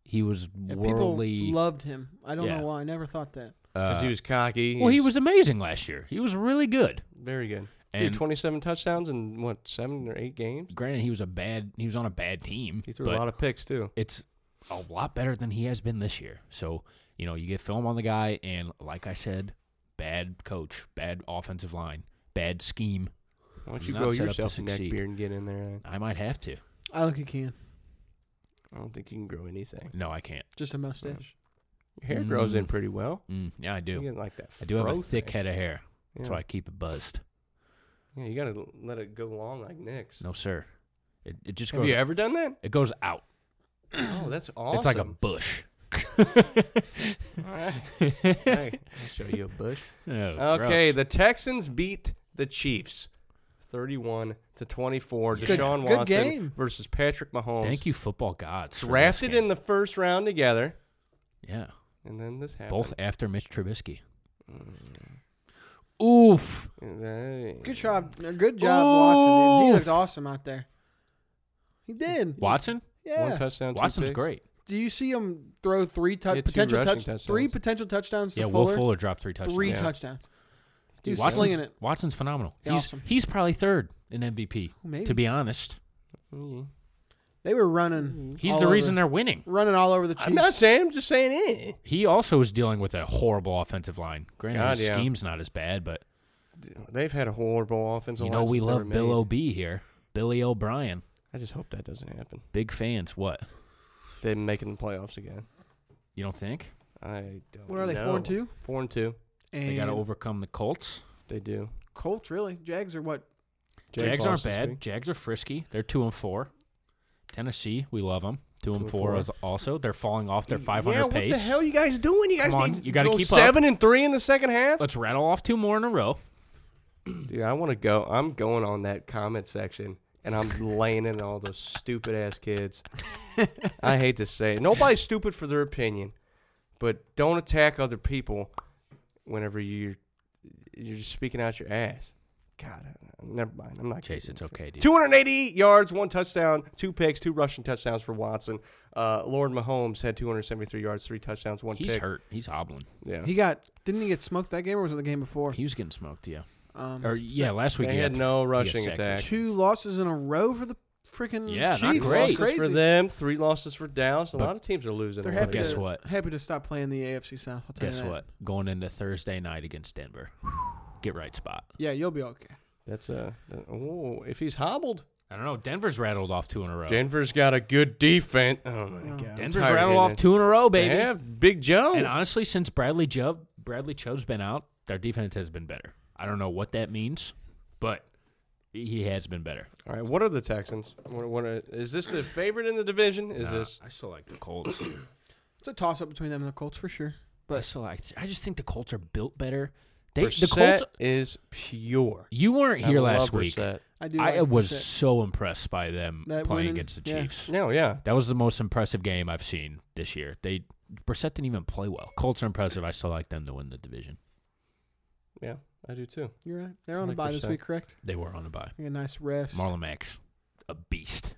S4: he was
S6: Yeah,
S4: worldly
S6: People loved him. I don't
S4: Yeah.
S6: know why. I never thought that.
S5: 'Cause he was cocky.
S4: Uh, well he
S5: He's
S4: was amazing last year he was really good
S5: very good. Dude,
S4: And-
S5: 27 touchdowns in what seven or eight games.
S4: granted he was a bad he was on a bad team
S5: He threw
S4: but
S5: a lot of picks too.
S4: it's a lot better than he has been this year so you know you get film on the guy and like I said bad coach bad offensive line bad scheme
S5: Why don't
S4: he's
S5: you
S4: not
S5: grow
S4: set up to
S5: yourself a neck
S4: succeed.
S5: beard and get in there?
S4: I might have to
S6: I think he can.
S5: I don't think you can grow anything.
S4: no I can't
S6: Just a mustache.
S5: Your hair grows in
S4: Mm.
S5: pretty well.
S4: mm, yeah I
S5: You
S4: do
S5: get like that.
S4: I do have a
S5: fro
S4: thick
S5: thing.
S4: head of hair
S5: Yeah.
S4: so I keep it buzzed
S5: Yeah, you gotta let it go long like Nick's.
S4: No, sir. It, it just
S5: Have
S4: goes.
S5: you ever done that?
S4: It goes out.
S5: Oh, that's awesome.
S4: It's like a bush.
S5: All right. Hey, I'll show you a bush.
S4: Oh,
S5: Okay,
S4: gross.
S5: the Texans beat the Chiefs 31 to 24.
S6: Good-
S5: Deshaun
S6: good
S5: Watson
S6: game.
S5: versus Patrick Mahomes.
S4: Thank you, football gods. for this
S5: Drafted
S4: game.
S5: in the first round together,
S4: yeah,
S5: and then this happened.
S4: both after Mitch Trubisky. Oof.
S5: And then-
S6: Good job. uh, Good job, Watson. Dude. He
S4: Oof.
S6: looked awesome out there. He did.
S4: Watson.
S5: One
S6: Yeah.
S5: touchdown. two
S4: Watson's
S5: picks.
S4: great.
S6: Do you see him throw three
S5: He
S6: touch
S5: had two
S6: potential
S5: rushing
S6: touch three
S5: touchdowns.
S6: potential touchdowns to
S4: Yeah,
S6: Fuller?
S4: Will Fuller dropped three touchdowns.
S6: Three
S5: Yeah.
S6: touchdowns. Dude,
S5: Dude,
S4: Watson's,
S6: slinging it.
S4: Watson's phenomenal.
S6: Yeah,
S4: he's
S6: awesome.
S4: he's probably third in MVP.
S6: Maybe.
S4: To be honest,
S5: Mm.
S6: They were
S5: Mm-hmm.
S6: running.
S4: he's
S6: all
S4: the
S6: over-
S4: reason they're winning.
S6: running all over the Chiefs.
S5: I'm not saying. I'm just saying eh.
S4: He also is dealing with a horrible offensive line. Granted,
S5: God,
S4: his
S5: yeah.
S4: scheme's not as bad, but
S5: They've had a horrible offensive
S4: you know
S5: line
S4: we
S5: since they
S4: love
S5: were
S4: Bill
S5: made.
S4: O'B here, Billy O'Brien.
S5: I just hope that doesn't happen.
S4: Big fans. What
S5: They're making the playoffs again.
S4: you don't think
S5: I don't.
S6: What are they,
S5: know.
S6: four and two?
S5: Four and two.
S6: And
S4: they got to overcome the Colts?
S5: They do.
S6: Colts really. Jags are what?
S4: Jags, aren't
S5: lost this
S4: bad.
S5: week.
S4: Jags are frisky. They're two and four. Tennessee, we love them. Two, and four, is also. They're falling off their 500
S5: yeah, what
S4: pace.
S5: the hell you guys doing? You guys
S4: Come on,
S5: need
S4: you gotta
S5: go
S4: keep up.
S5: seven and three in the second half.
S4: Let's rattle off two more in a row.
S5: Dude, I want to go. I'm going on that comment section and I'm laying in all those stupid ass kids. I hate to say it. Nobody's stupid for their opinion, but don't attack other people whenever you're you're just speaking out your ass. God, I- never mind. I'm not
S4: Chase,
S5: kidding.
S4: it's okay, dude.
S5: 280 yards, one touchdown, two picks, two rushing touchdowns for Watson. Uh, Lord Mahomes had 273 yards, three touchdowns, one
S4: He's
S5: pick.
S4: hurt. He's hobbling.
S5: Yeah.
S6: He got didn't he get smoked that game or was it the game before?
S4: He was getting smoked. Yeah.
S6: um,
S4: Or yeah, last week
S5: They
S4: he
S5: had
S4: th-
S5: no
S4: he got
S5: rushing
S4: sacked.
S5: attack.
S6: two losses in a row for the freaking
S4: Yeah, not
S6: Chiefs.
S4: great.
S6: That's
S5: losses
S6: crazy.
S5: for them, three losses for Dallas. A
S4: But
S5: lot of teams are losing.
S6: They're
S5: a lot
S6: happy.
S5: of
S4: guess
S6: to,
S5: games.
S4: what?
S6: Happy to stop playing the AFC South. I'll tell you
S4: Guess
S6: that.
S4: what? Going into Thursday night against Denver, get right spot.
S6: Yeah, you'll be okay.
S5: That's a that- oh, if he's hobbled,
S4: I don't know. Denver's rattled off two in a row.
S5: Denver's got a good defense. Oh my god, I'm
S4: Denver's
S5: tired of
S4: rattled
S5: hearing
S4: off
S5: this.
S4: two in a row,
S5: They
S4: baby.
S5: have Big Joe.
S4: And honestly, since Bradley Chubb, Bradley Chubb's been out, their defense has been better. I don't know what that means, but he has been better.
S5: All right, what are the Texans? What, what are, is this the favorite in the division? Is
S4: Uh,
S5: this
S4: I still like the Colts.
S6: It's a toss up between them and the Colts for sure.
S4: but I still like. I just think the Colts are built better. They the
S5: Brissett
S4: Colts.
S5: is pure.
S4: You weren't
S5: I
S4: here
S5: love
S4: last week.
S5: Brissett.
S6: I do.
S4: I
S6: like
S4: was
S6: that.
S4: so impressed by them
S6: That
S4: playing
S6: winning-
S4: against the
S6: yeah.
S4: Chiefs.
S5: No, yeah,
S4: That was the most impressive game I've seen this year. They Brissett didn't even play well. Colts are impressive. I still like them to win the division.
S5: yeah, I do too.
S6: You're right. They're
S5: I
S6: on the
S5: like
S6: bye this
S5: Brissett.
S6: week, correct?
S4: They were on the bye.
S6: They got a nice rest.
S4: Marlon Max, a beast.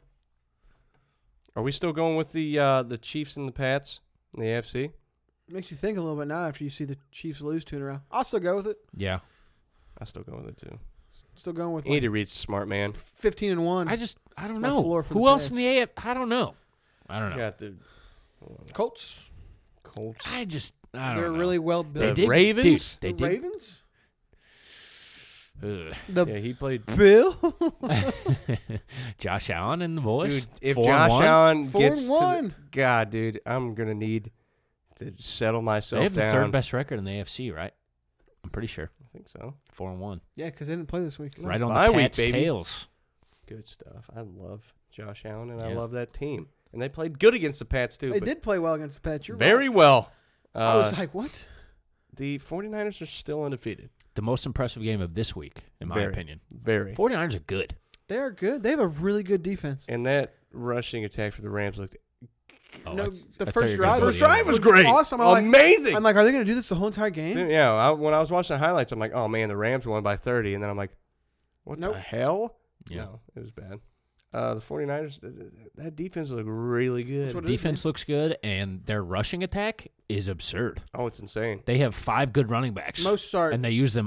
S5: Are we still going with the uh, the Chiefs and the Pats in the AFC?
S6: Makes you think a little bit now after you see the Chiefs lose two in a row. I'll still go with it.
S4: Yeah,
S5: I still go with it too.
S6: Still going with like
S5: Andy Reid's a smart man.
S6: fifteen and one.
S4: I just I don't
S6: my
S4: know
S6: floor for
S4: who
S6: the
S4: else in the AF. I don't know. I don't know.
S5: Got the
S6: Colts.
S5: Colts.
S4: I just I don't
S6: They're
S4: know.
S6: really well
S4: they
S6: built.
S5: The
S4: did,
S5: Ravens?
S4: Dude, they
S6: the
S4: did.
S6: Ravens.
S4: Ugh.
S6: The
S5: Yeah, he played
S6: Bill.
S4: Josh Allen and the boys.
S5: Dude, if
S4: Four and
S5: Josh
S4: one?
S5: Allen
S6: Four
S5: gets
S6: and
S5: to the-
S6: one.
S5: God, dude, I'm gonna need to settle myself
S4: they have
S5: down.
S4: the third best record in the AFC, right? I'm pretty sure
S5: I think so.
S4: four and one,
S6: yeah, because they didn't play this week.
S4: right on
S5: Bye
S4: the
S5: week,
S4: Pats'
S5: baby.
S4: tails.
S5: Good stuff. I love Josh Allen, and I
S4: Yeah.
S5: love that team. And they played good against the Pats too.
S6: They
S5: but
S6: did play well against the Pats. You're
S5: very
S6: Right.
S5: well. Uh,
S6: I was like, what?
S5: the 49ers are still undefeated.
S4: The most impressive game of this week, in my
S5: Very.
S4: opinion.
S5: Very.
S4: 49ers are good.
S6: They are good. They have a really good defense.
S5: And that rushing attack for the Rams looked.
S4: Oh,
S6: no,
S4: I- I
S6: the
S4: thought
S6: first
S4: you were gonna
S6: drive.
S4: go
S5: First
S4: the other
S5: drive
S4: way.
S5: was great.
S6: Awesome. I'm like-
S5: Amazing.
S6: I'm like, are they going to do this the whole entire game?
S5: Yeah, I, when I was watching the highlights, I'm like, oh man, the Rams won by 30, and then I'm like, what
S6: Nope.
S5: the hell?
S4: Yeah.
S5: No, it was bad. Uh, the 49ers, th- th- that defense looked really
S6: That's what
S5: good.
S6: it is,
S4: Defense looks good, and their rushing attack is absurd.
S5: Oh, it's insane.
S4: They have five good running backs.
S6: Most start-
S4: And they use them.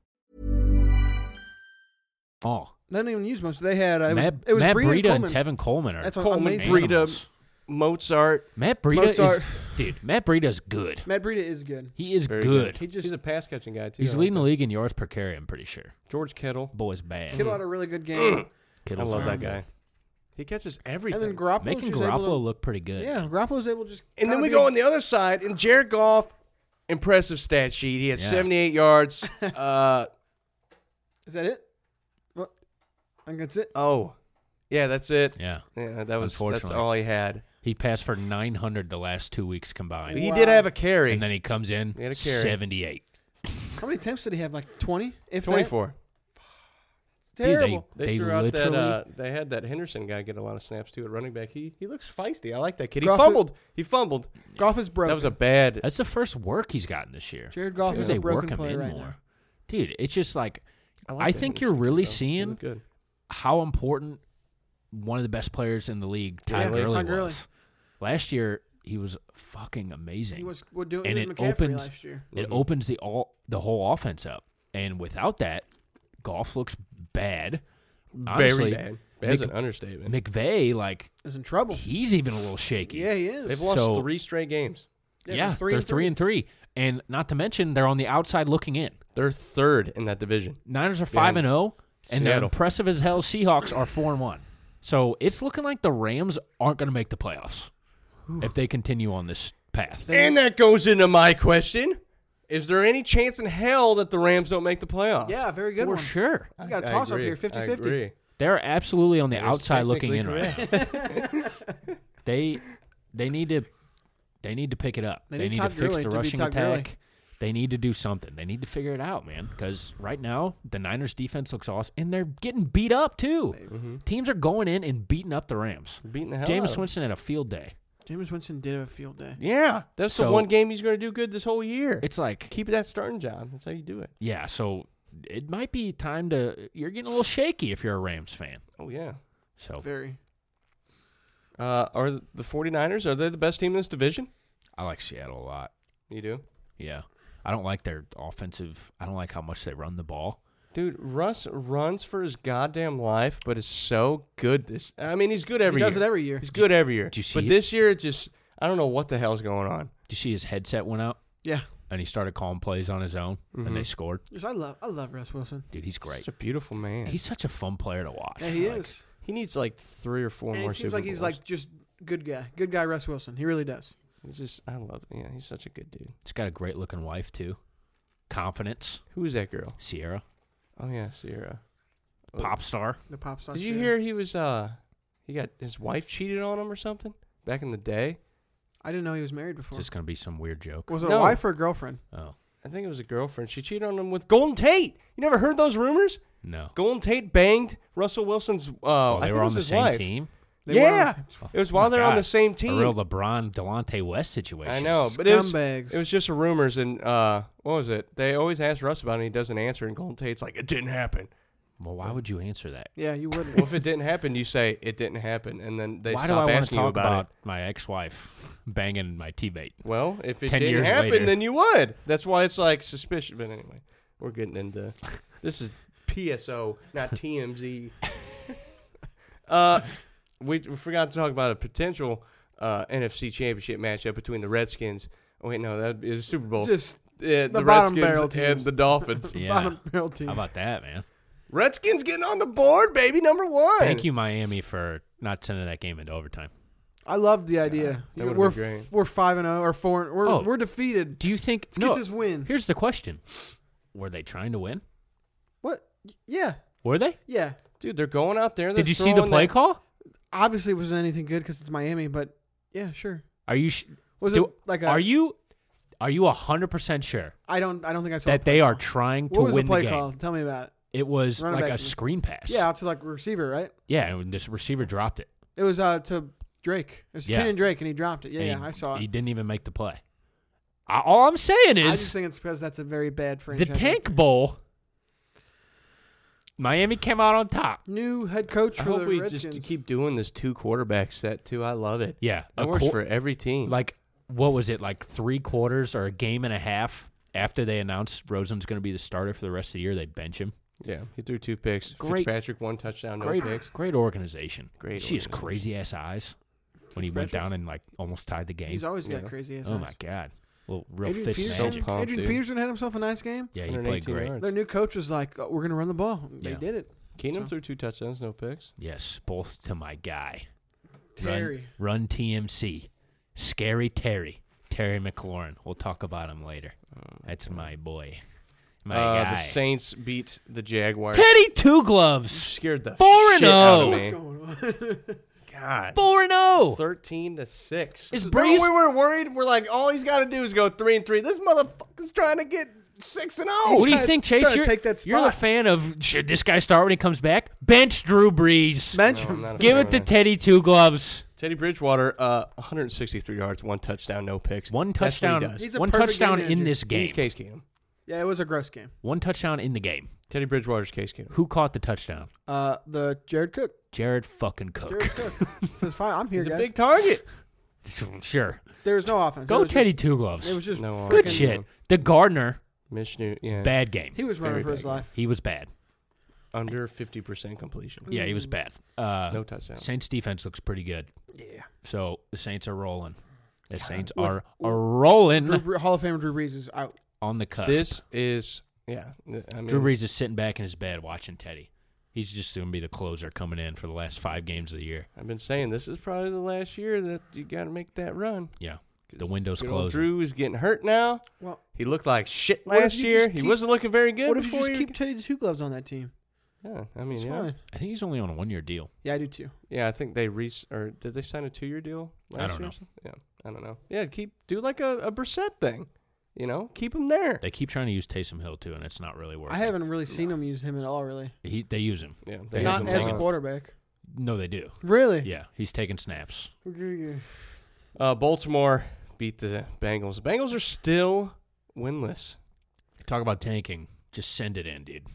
S4: Oh,
S6: They didn't even use much. They had uh, it was,
S4: Matt,
S6: it was
S4: Matt
S6: Breida and
S4: Breida and, Tevin
S6: Coleman.
S4: Coleman are
S6: That's what-
S5: Coleman,
S6: amazing.
S5: Breida,
S4: Animals.
S5: Mozart.
S4: Matt Breida
S6: Mozart.
S4: is dude. Matt Breida's good.
S6: Matt Breida is good.
S4: He is
S5: Very
S4: good.
S6: He just
S5: He's a pass catching guy too.
S4: He's
S5: I
S4: leading the
S5: like
S4: league in yards per carry. I'm pretty sure.
S5: that. George Kittle.
S4: Boy's bad.
S6: Kittle had a really good game.
S5: I
S4: Kittle's
S5: love
S4: very
S5: that guy. He catches
S6: and
S5: everything.
S6: then Garoppolo
S4: Making
S6: was just
S4: Garoppolo
S6: able to,
S4: look pretty good.
S6: Yeah, Garoppolo was able to just.
S5: And then
S6: kinda
S5: we
S6: be-
S5: go on the other side, and Jared Goff, impressive stat sheet. He had
S4: Yeah.
S5: 78 yards. uh,
S6: Is that it? What? I think that's it.
S5: oh, yeah, that's it.
S4: Yeah.
S5: Yeah, that was that's
S4: Unfortunately.
S5: all he had.
S4: He passed for 900 the last two weeks
S5: But
S4: combined.
S5: he did have a carry.
S4: And then he comes in
S5: He had a carry.
S4: 78.
S6: How many attempts did he have? Like twenty? If that?
S5: 24.
S4: Dude,
S6: Terrible.
S5: They,
S4: They
S5: threw out that.
S4: literally-
S5: Uh, they had that Henderson guy get a lot of snaps too at running back. He he looks feisty. I like that kid. He
S6: Goff-
S5: fumbled. He fumbled.
S6: Goff is broken.
S5: That was a bad.
S4: That's the first work he's gotten this year.
S6: Jared Goff
S4: I feel
S6: is
S4: they
S6: a broken
S4: work him
S6: player
S4: in
S6: right
S4: more.
S6: now.
S4: Dude, it's just like
S5: I,
S4: I
S5: that
S4: think you're
S5: Henderson
S4: really
S5: kid, though. He
S4: seeing-
S5: looked good.
S4: how important one of the best players in the league,
S6: Yeah,
S4: Todd
S6: Todd
S4: Gurley,
S6: Gurley.
S4: was. Last year he was fucking amazing.
S6: He was well, doing
S4: and it
S6: it was McCaffrey
S4: opens
S6: last year.
S4: it
S5: Mhm.
S4: opens the all the whole offense up. And without that, golf looks bad. Honestly,
S5: Very bad. That's
S4: Mc-
S5: an understatement.
S4: McVeigh, like
S6: Is in trouble.
S4: he's even a little shaky.
S6: Yeah, he is.
S5: They've lost
S4: so-
S5: three straight games.
S6: Yeah,
S4: yeah,
S6: they're three
S4: they're
S6: and
S4: three and three, and not to mention they're on the outside looking in.
S5: They're third in that division.
S4: Niners are five and zero, and they're
S5: Seattle.
S4: impressive as hell. Seahawks are four and one, so it's looking like the Rams aren't going to make the playoffs if they continue on this path.
S5: And that goes into my question. Is there any chance in hell that the Rams don't make the playoffs?
S6: Yeah, very good
S4: for
S6: one.
S4: sure,
S6: We got a toss up here, 50-50.
S4: they're absolutely on the
S5: You're
S4: outside looking
S5: technically
S4: in right now. They they need to they need to pick it up.
S6: They
S4: They,
S6: need
S4: need,
S6: Todd
S4: to fix
S6: Gurley
S4: the
S6: to be
S4: rushing
S6: Todd Gurley.
S4: attack. They need to do something. They need to figure it out, man. Because right now the Niners defense looks awesome, and they're getting beat up too. Teams are going in and beating up the Rams.
S5: Beating the Mm-hmm. hell
S4: James
S5: out of
S4: Winston had a field day.
S6: James Winston did have a field day.
S5: them. Yeah, that's the
S4: So-
S5: one game he's going to do good this whole year.
S4: It's like,
S5: Keep that starting job. That's how you do it.
S4: yeah, so it might be time to. You're getting a little shaky if you're a Rams fan.
S5: Oh, yeah.
S4: So
S6: Very.
S5: Uh, are the 49ers, are they the best team in this division?
S4: I like Seattle a lot.
S5: You do?
S4: Yeah, I don't like their offensive. I don't like how much they run the ball.
S5: Dude, Russ runs for his goddamn life, but is so good this. I mean, he's good every
S6: he
S5: year.
S6: does it every year.
S5: He's good every year.
S4: Did you see
S5: but
S4: it?
S5: this year, it just I don't know what the hell's going on.
S4: Did you see his headset went out
S6: Yeah.
S4: and he started calling plays on his own and they scored?
S6: Yes, I love I love Russ Wilson.
S4: Dude, he's great.
S5: Mm-hmm. Such a beautiful man.
S4: He's such a fun player to watch.
S6: Yeah, he
S4: Like,
S6: is.
S5: he needs like three or four
S6: And it
S5: more.
S6: seems
S5: Super
S6: like he's
S5: Bowls.
S6: like just good guy. Good guy Russ Wilson. He really does.
S5: He's just I love. Yeah, he's such a good dude.
S4: He's got a great looking wife too. Confidence,
S5: Who is that girl?
S4: Sierra,
S5: Oh yeah, Sierra. Oh.
S4: pop star.
S6: The pop star.
S5: Did you
S6: too.
S5: hear he was uh he got his wife cheated on him or something back in the day?
S6: I didn't know he was married before.
S4: Is this gonna be some weird joke?
S6: Was it a
S5: No.
S6: wife or a girlfriend?
S4: Oh
S5: I think it was a girlfriend. She cheated on him with Golden Tate. You never heard those rumors?
S4: no.
S5: Golden Tate banged Russell Wilson's. Uh,
S4: Oh,
S5: I
S4: they
S5: think
S4: were
S5: it
S4: on
S5: was
S4: the
S5: his
S4: same
S5: wife.
S4: team.
S6: They were on the
S5: yeah,
S6: same-
S5: it was
S4: Oh my
S5: while they're on the
S4: God.
S5: same
S4: A
S5: team.
S4: real LeBron Delonte West situation.
S5: I know, but it was,
S6: Scumbags.
S5: it was just rumors, and uh, what was it? They always ask Russ about it, and he doesn't answer, and Golden Tate's like, it didn't happen.
S4: Well, why would you answer that?
S6: Yeah, you wouldn't.
S5: Well, if it didn't happen, you say, it didn't happen, and then they
S4: why do I
S5: stop
S4: wanna
S5: asking
S4: talk
S5: you about, it.
S4: my ex-wife banging my teammate?
S5: Well, if it
S4: 10
S5: didn't
S4: years
S5: happen,
S4: later.
S5: then you would. That's why it's like suspicious. But anyway, we're getting into this is PSO, not TMZ. uh, we, we forgot to talk about a potential uh, NFC Championship matchup between the Redskins. Oh, wait, no, that is Super Bowl.
S6: Just
S5: Uh, the,
S6: bottom
S5: Redskins
S6: barrel
S5: and
S6: teams.
S5: the Dolphins.
S4: Yeah.
S6: bottom barrel team.
S4: How about that, man?
S5: Redskins getting on the board, baby, number one.
S4: Thank you, Miami, for not sending that game into overtime.
S6: I love the idea.
S5: that
S6: You know,
S5: would've
S6: we're
S5: been great.
S6: f- we're five and zero or four. and- We're
S4: Oh.
S6: we're defeated.
S4: Do you think?
S6: Let's get this win.
S4: Here's the question: Were they trying to win?
S6: What? Yeah,
S4: Were they?
S6: yeah.
S5: Dude, they're going out there. they're
S4: Did you see the
S5: throwing
S4: play
S5: that-
S4: call?
S6: Obviously, it wasn't anything good because it's Miami. But yeah, sure.
S4: Are you? Sh-
S6: Was
S4: do-
S6: it like a?
S4: Are you? Are you hundred percent sure
S6: I don't. I don't think I saw
S4: that
S6: the play
S4: they are
S6: call.
S4: trying to
S6: What was
S4: win
S6: the play
S4: game?
S6: call? Tell me about it.
S4: It was
S6: Running
S4: like
S6: back
S4: a
S6: to the-
S4: screen pass.
S6: Yeah, out to like receiver, right?
S4: yeah. And this receiver dropped it.
S6: It was uh to Drake. It was
S4: Yeah.
S6: Kenyon Drake, and he dropped it. Yeah,
S4: and
S6: yeah,
S4: he-
S6: I saw
S4: He
S6: it.
S4: didn't even make the play. I, all I'm saying
S6: I
S4: is
S6: just think it's because that's a very bad
S4: the
S6: franchise.
S4: Tank Bowl. Miami came out on top.
S6: New head coach
S5: I
S6: for
S5: hope
S6: the
S5: we
S6: Redskins.
S5: just keep doing this two quarterback set too. I love it.
S4: Yeah,
S5: That
S4: a
S5: works
S4: quar-
S5: for every team.
S4: Like what was it? Like three quarters or a game and a half after they announced Rosen's going to be the starter for the rest of the year, they bench him.
S5: yeah, he threw two picks.
S4: Great-
S5: Fitzpatrick one touchdown, no
S4: great,
S5: picks.
S4: great organization.
S5: Great
S4: See his
S5: organization.
S4: crazy ass eyes when he went
S6: Fitzpatrick.
S4: down and like almost tied the game.
S6: He's always got
S5: Yeah.
S6: crazy ass
S4: oh
S6: eyes.
S4: my god, little real
S6: Adrian
S4: Fitz
S6: Peterson,
S4: magic.
S5: So pumped,
S6: Adrian
S5: dude.
S6: Peterson had himself a nice game.
S4: Yeah, he played
S5: 118
S4: great.
S5: yards.
S6: Their new coach was like, oh, "We're gonna run the ball." They
S4: Yeah.
S6: did it.
S5: Keenum
S6: So-
S5: threw two touchdowns, no picks.
S4: Yes, both to my guy. Run-
S6: Terry.
S4: Run, TMC. Scary Terry. Terry McLaurin. We'll talk about him later. That's my boy. My
S5: uh,
S4: guy.
S5: The Saints beat the Jaguars.
S4: Teddy Two Gloves.
S5: Scared the
S4: Four and
S5: shit out
S4: oh.
S5: of
S6: What's
S5: me.
S6: going on?
S5: God.
S4: 4 and oh. 0.
S5: Thirteen to six.
S4: Is
S5: Remember
S4: Brees-
S5: We were worried. We're like, all he's got to do is go three and three. This motherfucker's trying to get six and oh. zero.
S4: What do you
S6: trying-
S4: think,
S6: he's
S4: Chase?
S6: trying to
S4: You're,
S6: take that
S4: you're a
S6: spot.
S4: fan of should this guy start when he comes back? Bench Drew Brees.
S6: Bench
S5: I'm
S6: him.
S5: not a
S4: Give
S5: fan
S4: it
S5: of
S4: to
S5: that.
S4: Teddy Two Gloves.
S5: Teddy Bridgewater, uh, 163 yards, one touchdown, no picks.
S4: One
S5: That's what he
S4: touchdown.
S5: does.
S6: He's a
S4: One
S6: perfect
S4: touchdown
S6: game
S4: in
S6: manager.
S4: this game.
S5: He's Case Keenum.
S6: yeah, it was a gross game.
S4: One touchdown in the game.
S5: Teddy Bridgewater's Case Keenum.
S4: Who caught the touchdown?
S6: Uh, the Jared Cook.
S4: Jared fucking Cook.
S6: Jared Cook says, "Fine, I'm here,
S5: He's a
S6: guys."
S5: big target.
S4: sure.
S6: there was no offense. It
S4: Go
S6: was
S4: Teddy
S6: Just,
S4: Two Gloves.
S6: it was just uh,
S5: No
S4: Good
S5: freaking-
S4: shit. The Gardner,
S5: Mishnu, yeah.
S4: bad game.
S6: He was running
S5: Very
S6: for his
S5: bad.
S6: life.
S4: He was bad.
S5: Under 50% completion.
S4: Yeah, he was bad. Uh,
S5: No touchdown.
S4: Saints defense looks pretty good.
S6: Yeah.
S4: So the Saints are rolling. The Saints
S6: With-
S4: are
S6: with-
S4: a rolling
S6: Drew, Bre- Hall of Famer Drew Brees is out.
S4: on the cusp.
S5: This is, yeah. I mean,
S4: Drew Brees is sitting back in his bed watching Teddy. He's just going to be the closer coming in for the last five games of the year.
S5: I've been saying this is probably the last year that you got to make that run.
S4: Yeah. The window's
S5: Good old
S4: closed.
S5: Drew is getting hurt now.
S6: Well,
S5: He looked like shit
S6: What if
S5: last
S6: you
S5: year.
S6: just
S5: He
S6: keep-
S5: wasn't looking very good
S6: what if you
S5: before
S6: just
S5: you-
S6: keep Teddy Two Gloves on that team?
S5: Yeah, I mean,
S6: It's
S5: yeah.
S6: fine.
S4: I think he's only on a one year deal.
S6: Yeah, I do too.
S5: Yeah, I think they re or did they sign a two year deal?
S4: I
S5: Last
S4: don't
S5: year or
S4: know.
S5: something? Yeah, I don't know. Yeah, keep do like a, a Brissett thing. You know, keep him there.
S4: They keep trying to use Taysom Hill, too, and it's not really working.
S6: I haven't really seen him use him at all, really.
S4: He, they use him.
S5: Yeah,
S4: They
S5: use
S6: Not
S5: him
S6: as a
S5: lots.
S6: quarterback.
S4: No, they do.
S6: Really?
S4: Yeah. He's taking snaps.
S6: Yeah.
S5: Uh, Baltimore beat the Bengals. The Bengals are still winless.
S4: Talk about tanking. Just send it in, dude.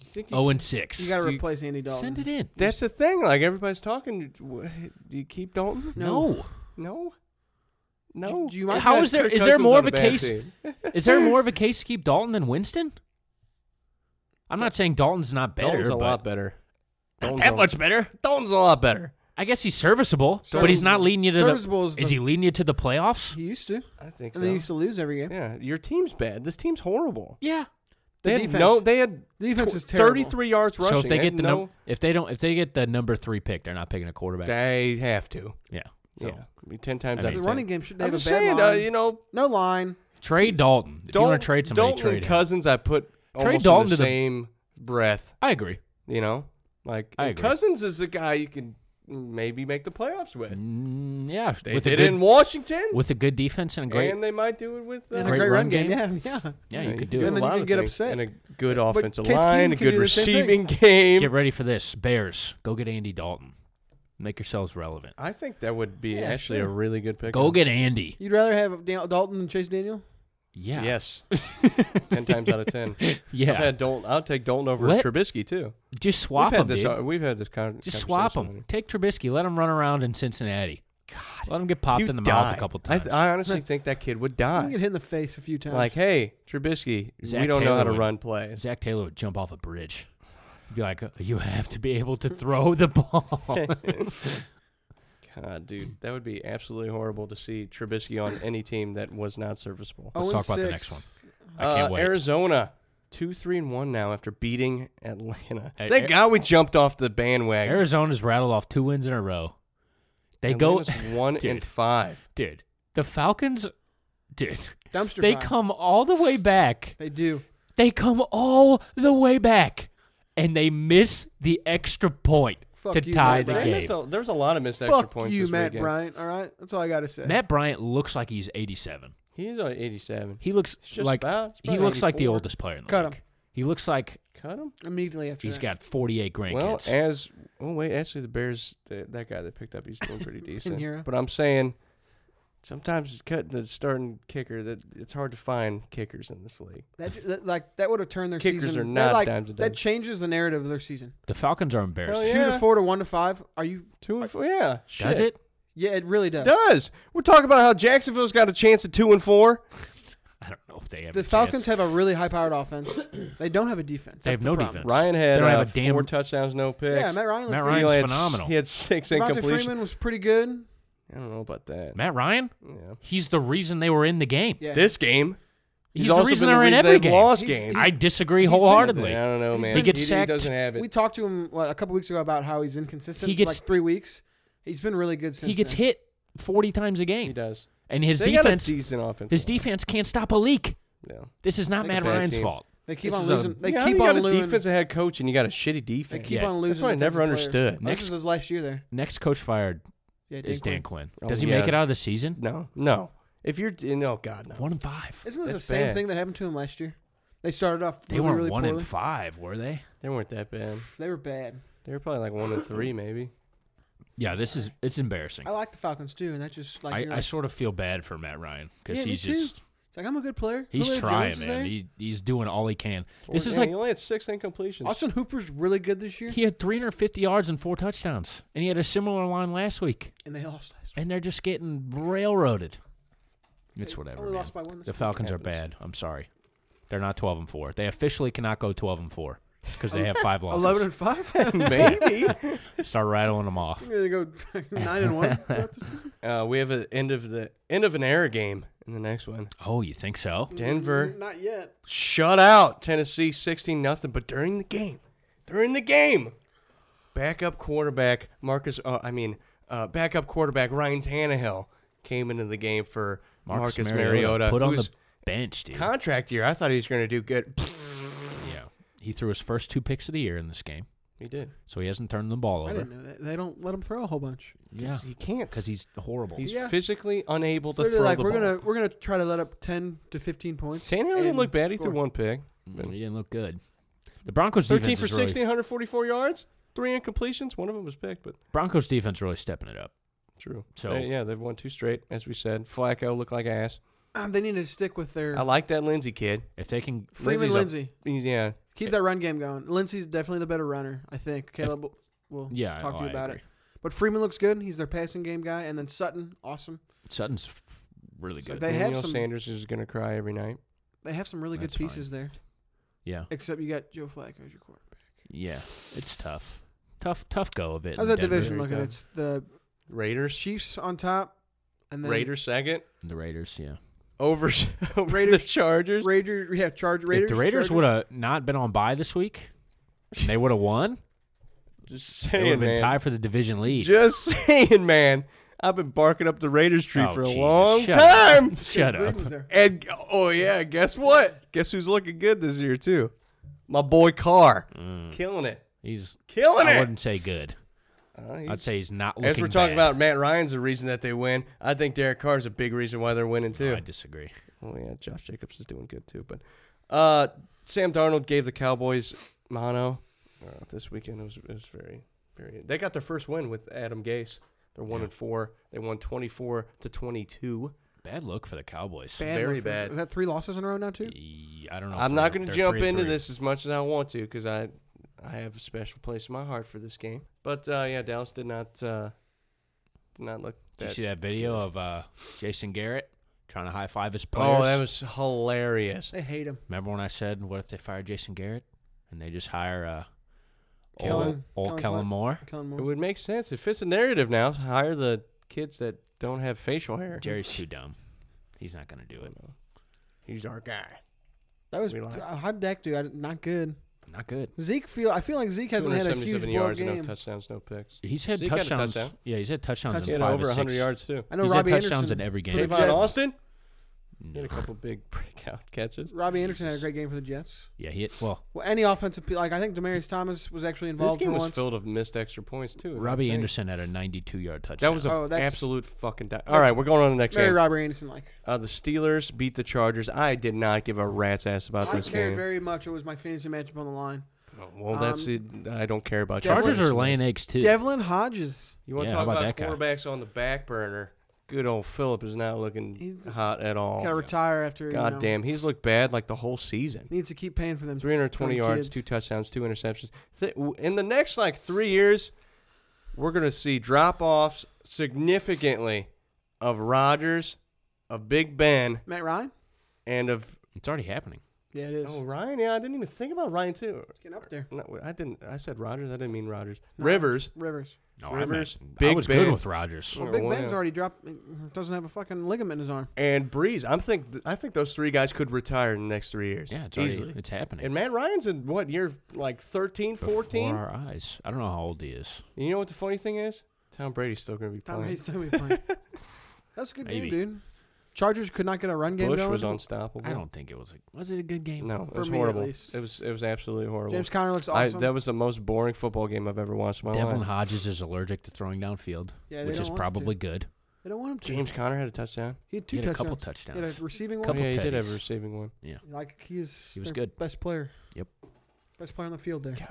S5: You think
S6: Oh,
S5: you-
S4: 0 and 6.
S6: You got to
S5: Do you-
S6: replace Andy Dalton.
S4: Send it in.
S5: That's the thing. Like everybody's talking. Do you keep Dalton?
S6: No.
S4: no.
S5: No. No.
S6: do you mind-
S4: How is there- is there more of a case- Is there more of
S5: a
S4: a case to keep Dalton than Winston? I'm not saying Dalton's not better,
S5: Dalton's a
S4: but
S5: lot better.
S4: not
S5: Dalton's
S4: that
S5: a-
S4: much better.
S5: Dalton's a lot better.
S4: I guess he's serviceable, but he's not
S6: Serviceable.
S4: leading you to
S6: Serviceable
S4: the.
S6: is
S4: Is,
S6: the-
S4: he leading you to the playoffs?
S6: He used to.
S5: I think
S6: And they
S5: so.
S6: used to lose every game.
S5: Yeah, your team's bad. This team's horrible.
S4: Yeah.
S6: The
S5: They had
S6: defense.
S5: no. They had
S6: The defense
S5: tw-
S6: is terrible.
S5: Thirty-three yards rushing.
S4: So if they get
S5: had
S4: the
S5: no,
S4: num- if they don't if they get the number three pick, they're not picking a quarterback.
S5: they have to.
S4: yeah. So
S5: Yeah, I mean, ten times
S4: I mean-
S5: out of
S4: The
S5: ten.
S6: running game should- they
S5: I'm
S6: have a
S5: just
S6: bad
S5: saying, Uh,
S6: line.
S5: you know,
S6: No line.
S4: trade Dalton. If you
S5: Dalton-
S4: want to trade somebody,
S5: Dalton
S4: trade
S5: and
S4: him.
S5: Cousins, I put almost in
S4: Dalton
S5: the
S4: to the-
S5: same breath.
S4: I agree.
S5: You know, like
S4: I
S5: and
S4: agree.
S5: Cousins is the guy you can maybe make the playoffs with.
S4: Mm, yeah,
S5: They
S4: with a
S5: did
S4: good
S5: it in Washington,
S4: with a good defense and a great.
S5: and they might do it with. Uh,
S6: And a
S4: Great
S6: great
S4: run
S6: run, game.
S4: game.
S6: Yeah, yeah.
S4: yeah, you
S5: you
S4: could
S5: can
S4: do
S6: And
S4: it.
S5: a
S6: then you
S5: lot
S6: can
S5: of
S6: get
S5: things.
S6: upset.
S5: And a good
S6: But
S5: offensive
S6: Case Keenum
S5: line, a
S6: could
S5: good
S6: do the same thing.
S5: receiving game.
S4: Get ready for this, Bears. Go get Andy Dalton. Make yourselves relevant.
S5: I think that would be
S6: Yeah,
S5: actually
S6: sure.
S5: a really good pick.
S4: Go get Andy.
S6: You'd rather have Dan- Dalton than Chase Daniel?
S4: Yeah.
S5: Yes. ten times out of ten.
S4: Yeah.
S5: I've had Dalton. I'll take Dalton over
S4: Let-
S5: Trubisky too.
S4: Just swap
S5: we've
S4: him,
S5: had this.
S4: dude.
S5: uh, We've had this con-
S4: Just swap
S5: conversation
S4: him.
S5: already.
S4: Take Trubisky. Let him run around in Cincinnati. God, let him get popped
S5: You
S4: in the
S5: die.
S4: mouth a couple times.
S5: I, th- I honestly think that kid would
S6: You get
S5: die.
S6: hit in the face a few times.
S5: Like, hey, Trubisky,
S4: Zach
S5: we don't know how
S4: Taylor
S5: to
S4: would-
S5: run plays.
S4: Zach Taylor would jump off a bridge. He'd be like, "Uh, "You have to be able to throw the ball."
S5: God, Uh, dude, that would be absolutely horrible to see Trubisky on any team that was not serviceable.
S4: Let's
S6: Oh,
S4: talk
S6: and
S4: about the
S6: six.
S4: next one. I can't
S5: Uh,
S4: wait.
S5: Arizona, two, three, and one now after beating Atlanta.
S4: Hey,
S5: Thank
S4: Ar-
S5: God we jumped off the bandwagon.
S4: Arizona's rattled off two wins in a row. They
S5: Atlanta's
S4: go
S5: one
S4: dude,
S5: and five.
S4: Dude, the Falcons, dude,
S6: Dumpster
S4: they
S6: fire.
S4: come all the way back.
S6: They do.
S4: They come all the way back, and they miss the extra point
S6: Fuck
S4: to
S6: you,
S4: tie
S6: Matt
S4: the
S6: Ryan.
S5: They
S4: game.
S5: missed a- there's a lot of missed extra
S6: Fuck
S5: points
S6: you,
S5: this
S6: Matt
S5: weekend.
S6: Bryant. All right, that's all I gotta say.
S4: Matt Bryant looks like he's 87.
S5: He's on 87.
S4: He looks
S5: It's just
S4: like
S5: about- it's
S4: he
S5: about
S4: looks like the
S5: 84.
S4: oldest player in the
S6: Cut
S4: league.
S6: him.
S4: He looks like
S5: Cut him?
S6: Immediately after
S4: he's
S6: that.
S4: got 48 grandkids.
S5: Well, as oh wait, actually the Bears the, that guy they picked up, he's doing pretty
S6: Pinheiro.
S5: decent. But I'm saying sometimes cutting the starting kicker that it's hard to find kickers in this league.
S6: That, that like that would have turned their
S5: Kickers
S6: season.
S5: are
S6: that,
S5: not
S6: like,
S5: dimes a
S6: that
S5: dozen.
S6: changes the narrative of their season.
S4: the Falcons are embarrassing.
S5: Hell
S6: Two
S5: Yeah.
S6: to four to one to five. Are you?
S5: Two and four, yeah.
S4: Does
S5: shit.
S4: it?
S6: Yeah, it really does.
S5: Does we're talking about how Jacksonville's got a chance at two and four?
S4: I don't know if they have
S6: The
S4: a
S6: Falcons
S4: chance.
S6: have a really high-powered offense. they don't have a defense.
S4: They have
S6: That's
S4: no
S6: the problem.
S4: defense.
S5: Ryan had
S4: They don't
S5: uh,
S4: have a damn-
S5: four touchdowns, no picks.
S6: Yeah, Matt Ryan.
S4: Matt
S6: Matt
S5: He
S4: Ryan's
S5: only had s-
S4: phenomenal.
S5: He had six
S6: Devontae
S5: incompletions.
S6: Freeman was pretty good.
S5: I don't know about that.
S4: Matt Ryan.
S5: Yeah.
S4: He's the reason they were in the game.
S6: Yeah.
S5: This game,
S4: He's,
S5: He's
S4: the
S5: also
S4: reason
S5: been
S4: they're
S5: the
S4: in
S5: reason
S4: every
S5: they've
S4: game.
S5: lost games.
S4: I disagree
S6: he's been-
S5: I
S4: wholeheartedly.
S5: don't know,
S6: He's
S5: man.
S6: been- He
S4: gets
S5: he,
S4: sacked.
S5: doesn't have it.
S6: we talked to him what, a couple weeks ago about how he's inconsistent.
S4: He gets-
S6: like three weeks. He's been really good since.
S4: he gets
S6: then.
S4: hit 40 times a
S5: he
S4: game,
S5: does.
S4: and his
S5: They got a
S4: defense,
S5: decent offense.
S4: his defense can't stop a leak.
S5: Yeah.
S4: This is not
S5: Like a
S4: Matt
S5: bad
S4: Ryan's
S5: team.
S4: fault.
S6: They keep
S4: This
S6: on
S4: is a-
S6: losing. they
S5: Yeah, how
S6: keep
S5: you
S6: on
S5: got a
S6: losing.
S5: defensive head coach and you got a shitty
S6: They
S5: defense.
S6: keep
S4: Yeah.
S6: on losing.
S5: That's what I never
S6: defensive players.
S5: understood.
S6: Oh, This
S4: Next-
S6: is his last year there.
S4: Next coach fired
S6: Yeah,
S4: is Dan Quinn.
S6: Quinn.
S5: Oh,
S4: Does he
S5: yeah.
S4: make it out of the season?
S5: No, no. If you're, no, God, no.
S4: One and five.
S6: Isn't this
S5: That's
S6: the same
S5: bad.
S6: thing that happened to him last year? They started off
S4: They
S6: really,
S4: weren't
S6: really
S4: one
S6: poorly.
S4: and five, were they?
S5: They weren't that bad.
S6: They were bad.
S5: They were probably like one and three, maybe.
S4: Yeah, this is it's embarrassing.
S6: I like the Falcons too, and that's just like,
S4: I,
S6: you're
S4: I
S6: like-
S4: sort of feel bad for Matt Ryan because
S6: Yeah, me
S4: he's
S6: too.
S4: just
S6: it's like I'm a good player.
S4: he's
S6: Julio
S4: trying,
S6: Jones is
S4: man.
S6: there.
S4: He, he's doing all he can. This
S5: Or-
S4: is
S5: man,
S4: like
S5: he only had six incompletions.
S6: Austin Hooper's really good this year,
S4: he had 350 yards and four touchdowns, and he had a similar line last week,
S6: and they lost last.
S4: and they're just getting railroaded. It's
S6: They
S4: whatever.
S6: only
S4: man.
S6: lost by one this
S4: the
S6: week.
S4: Falcons are
S5: Happens.
S4: bad. I'm sorry, they're not 12 and four. They officially cannot go 12 and four because they have five losses.
S6: Eleven and five.
S5: maybe.
S4: Start rattling them off.
S6: I'm gonna go nine and one. throughout this season.
S5: uh, we have an end of the end of an era game in the next one.
S4: Oh, you think so?
S5: Denver
S6: Not yet.
S5: shut out Tennessee sixteen nothing, but during the game, during the game, backup quarterback Marcus, uh, I mean, uh, backup quarterback Ryan Tannehill came into the game for Marcus, Mariota,
S4: put on the
S5: who's-
S4: bench, dude.
S5: contract year. I thought he was going to do good.
S4: yeah, he threw his first two picks of the year in this game,
S5: He did.
S4: so he hasn't turned the ball
S6: I
S4: over.
S6: didn't know that. They don't let him throw a whole bunch.
S4: Yeah,
S5: He can't.
S4: because he's horrible.
S5: He's
S6: Yeah.
S5: physically unable
S6: So
S5: to
S6: they're
S5: throw
S6: like,
S5: the
S6: we're
S5: ball.
S6: gonna we're gonna try to let up ten to fifteen points.
S5: Tannehill didn't
S6: and
S5: look bad. He
S6: score.
S5: threw one pick.
S4: Mm, he didn't look good. The Broncos
S5: 13
S4: defense
S5: for
S4: is
S5: 16,
S4: really,
S5: 144 yards, three incompletions. One of them was picked, but
S4: Broncos defense really stepping it up.
S5: true.
S4: So-
S5: They- yeah, they've won two straight, as we said. Flacco looked like ass.
S6: Um, they need to stick with their
S5: I like that Lindsey kid.
S4: If they can,
S6: Freeman
S5: Lindsey's
S6: Lindsey.
S5: He's, yeah.
S6: Keep that run game going. Lindsey's definitely the better runner, I think. Caleb will- will
S4: Yeah,
S6: talk
S4: oh,
S6: to you
S4: I
S6: about it.
S4: agree.
S6: But Freeman looks good. He's their passing game guy, and then Sutton, awesome.
S4: Sutton's f- really
S6: So
S4: good.
S6: They have
S5: Daniel
S6: some-
S5: Sanders is going to cry every night.
S6: They have some really
S4: That's
S6: good pieces there.
S4: yeah,
S6: Except you got Joe Flacco as your quarterback.
S4: yeah, it's tough, tough, tough go of it.
S6: How's
S4: in
S6: that
S4: Denver.
S6: division
S5: Very
S6: looking?
S5: tough.
S6: It's the
S5: Raiders.
S6: Chiefs on top, and then
S5: Raiders second.
S4: The Raiders, yeah.
S5: Over, over
S6: Raiders-
S5: the Chargers.
S6: Raiders, yeah, Charge Raiders.
S4: if the Raiders
S6: Chargers.
S4: would have not been on bye this week, and they would have won.
S5: Just
S4: They would
S5: saying,
S4: have been
S5: man.
S4: tied for the division lead.
S5: Just saying, man. I've been barking up the Raiders tree
S4: Oh,
S5: for a
S4: Jesus.
S5: long
S4: Shut up.
S5: time.
S4: Shut up.
S6: Breeden's there.
S5: And oh yeah, guess what? Guess who's looking good this year too? My boy Carr, killing it,
S4: He's
S5: killing
S4: Mm. I
S5: it.
S4: wouldn't say good.
S5: Uh, he's-
S4: I'd say he's not looking
S5: as we're talking
S4: bad.
S5: about Matt Ryan's the reason that they win. I think Derek Carr's a big reason why they're winning too.
S4: I disagree.
S5: oh yeah, Josh Jacobs is doing good too. But uh, Sam Darnold gave the Cowboys mono uh, this weekend. It was, it was very very. They got their first win with Adam Gase. They're one and four. They won twenty four to twenty two.
S4: Bad look for the Cowboys.
S5: very
S6: look for-
S5: bad.
S6: Is that three losses in a row now too?
S4: E- I don't know. if
S5: I'm not
S4: they're-
S5: going to
S4: they're
S5: jump
S4: three and
S5: into
S4: three.
S5: this as much as I want to because I, I have a special place in my heart for this game. But uh, yeah, Dallas did not, uh, did not look.
S4: Did
S5: That,
S4: you see that video of uh, Jason Garrett trying to high five his players?
S5: Oh, that was hilarious.
S6: They hate him.
S4: Remember when I said, "What if they fire Jason Garrett and they just hire uh, old,
S6: Kellen-
S4: old
S6: Kellen
S4: Kellen
S6: Clark.
S4: Moore,
S6: Kellen
S5: It
S6: Moore.
S5: would make sense. It fits the narrative now. Hire the kids that don't have facial hair.
S4: Jerry's too dumb. He's not going to do it.
S5: He's our guy.
S6: That was
S5: We lied.
S6: how'd Dak do? I, didn't- not good.
S4: Not good.
S6: Zeke feel. I feel like Zeke hasn't had a huge
S5: 277 yards,
S6: blowout
S5: and no
S6: game.
S5: touchdowns, no picks.
S4: He's had
S5: Zeke had a
S4: touchdowns.
S5: touchdown.
S4: Yeah, he's had touchdowns
S5: He
S4: in
S5: had
S4: five
S5: over
S4: or
S5: 100
S4: six.
S5: yards too.
S6: I know
S4: He's had
S6: Robbie
S4: touchdowns
S6: Anderson
S4: in every
S6: for
S4: game.
S6: the
S5: Trayvon
S6: Jets.
S5: Austin He had a couple big breakout catches.
S6: Robbie Anderson had a
S4: Jesus.
S6: great game for the Jets.
S4: Yeah, he hit, well,
S6: Well, any offensive, pe- like I think Demarius Thomas was actually
S5: This
S6: involved
S5: game
S6: for
S5: was
S6: once.
S5: filled of missed extra points too. I
S4: Robbie
S5: think.
S4: Anderson had a 92 yard touchdown.
S5: That was an
S6: Oh, that's-
S5: absolute fucking. Di- All right, we're going on to the next
S6: Very
S5: game.
S6: Robbie Anderson like.
S5: Uh, the Steelers beat the Chargers. I did not give a rat's ass about
S6: I
S5: this
S6: cared
S5: game.
S6: very much. It was my fantasy matchup on the line.
S5: Oh, well, that's it.
S6: um,
S5: I don't care about
S4: Chargers
S5: Chargers.
S4: are laying eggs too.
S6: Devlin Hodges.
S5: You want to
S4: Yeah, how
S5: talk
S4: about
S5: about,
S4: that guy?
S5: quarterbacks on the back burner? Good old Phillip is not looking
S6: He's-
S5: hot at all.
S6: Got to retire after.
S5: Oh, God
S6: you know,
S5: damn, he's looked bad like the whole season.
S6: Needs to keep paying for them.
S5: 320
S6: dumb
S5: yards,
S6: kids.
S5: two touchdowns, two interceptions. Th- w- In the next like three years, we're going to see drop offs significantly of Rodgers, of Big Ben,
S6: Matt Ryan.
S5: and of.
S4: It's already happening.
S6: Yeah, it is.
S5: Oh, Ryan? Yeah, I didn't even think about Ryan, too.
S6: Getting up there.
S5: No, I didn't. I said Rodgers. I didn't mean Rodgers.
S6: No,
S5: Rivers.
S6: Rivers.
S4: No,
S5: Rivers,
S4: I, meant, I
S5: Big
S4: was
S5: Ben.
S4: good with Rodgers.
S6: Well,
S5: Oh,
S6: Big
S5: well,
S6: Ben's
S5: yeah.
S6: already dropped. Doesn't have a fucking ligament in his arm.
S5: and Breeze. I'm think th- I think those three guys could retire in the next three years.
S4: Yeah, it's already,
S5: easily.
S4: it's happening.
S5: and Matt Ryan's in what year? Like 13,
S4: Before
S5: 14?
S4: our eyes. I don't know how old he is.
S5: You know what the funny thing is? Tom Brady's still going to be
S6: Tom
S5: playing.
S6: Brady's still gonna be playing. That's a good
S4: Maybe.
S6: game, dude. Chargers could not get a run game
S5: Bush
S6: going.
S5: was unstoppable.
S4: I don't think it was a was it a good game?
S5: No, it
S6: For
S5: was
S6: me, at
S5: horrible.
S6: least.
S5: It was it was absolutely horrible.
S6: James Conner looks
S5: I,
S6: awesome.
S5: that was the most boring football game I've ever watched in my
S4: Devlin
S5: life.
S4: Hodges is allergic to throwing downfield,
S6: Yeah, they
S4: which
S6: don't
S4: is
S6: want to.
S4: probably good.
S6: they don't want him to.
S5: James Conner had a touchdown.
S6: He had two
S4: He had a
S6: touchdowns.
S4: couple
S6: He had
S4: touchdowns.
S6: a receiving one.
S4: Couple
S5: yeah, he did
S4: teddies.
S5: have a receiving one.
S4: Yeah.
S6: Like he's
S4: He was
S6: their
S4: good.
S6: Best player.
S4: Yep.
S6: Best player on the field there.
S5: God,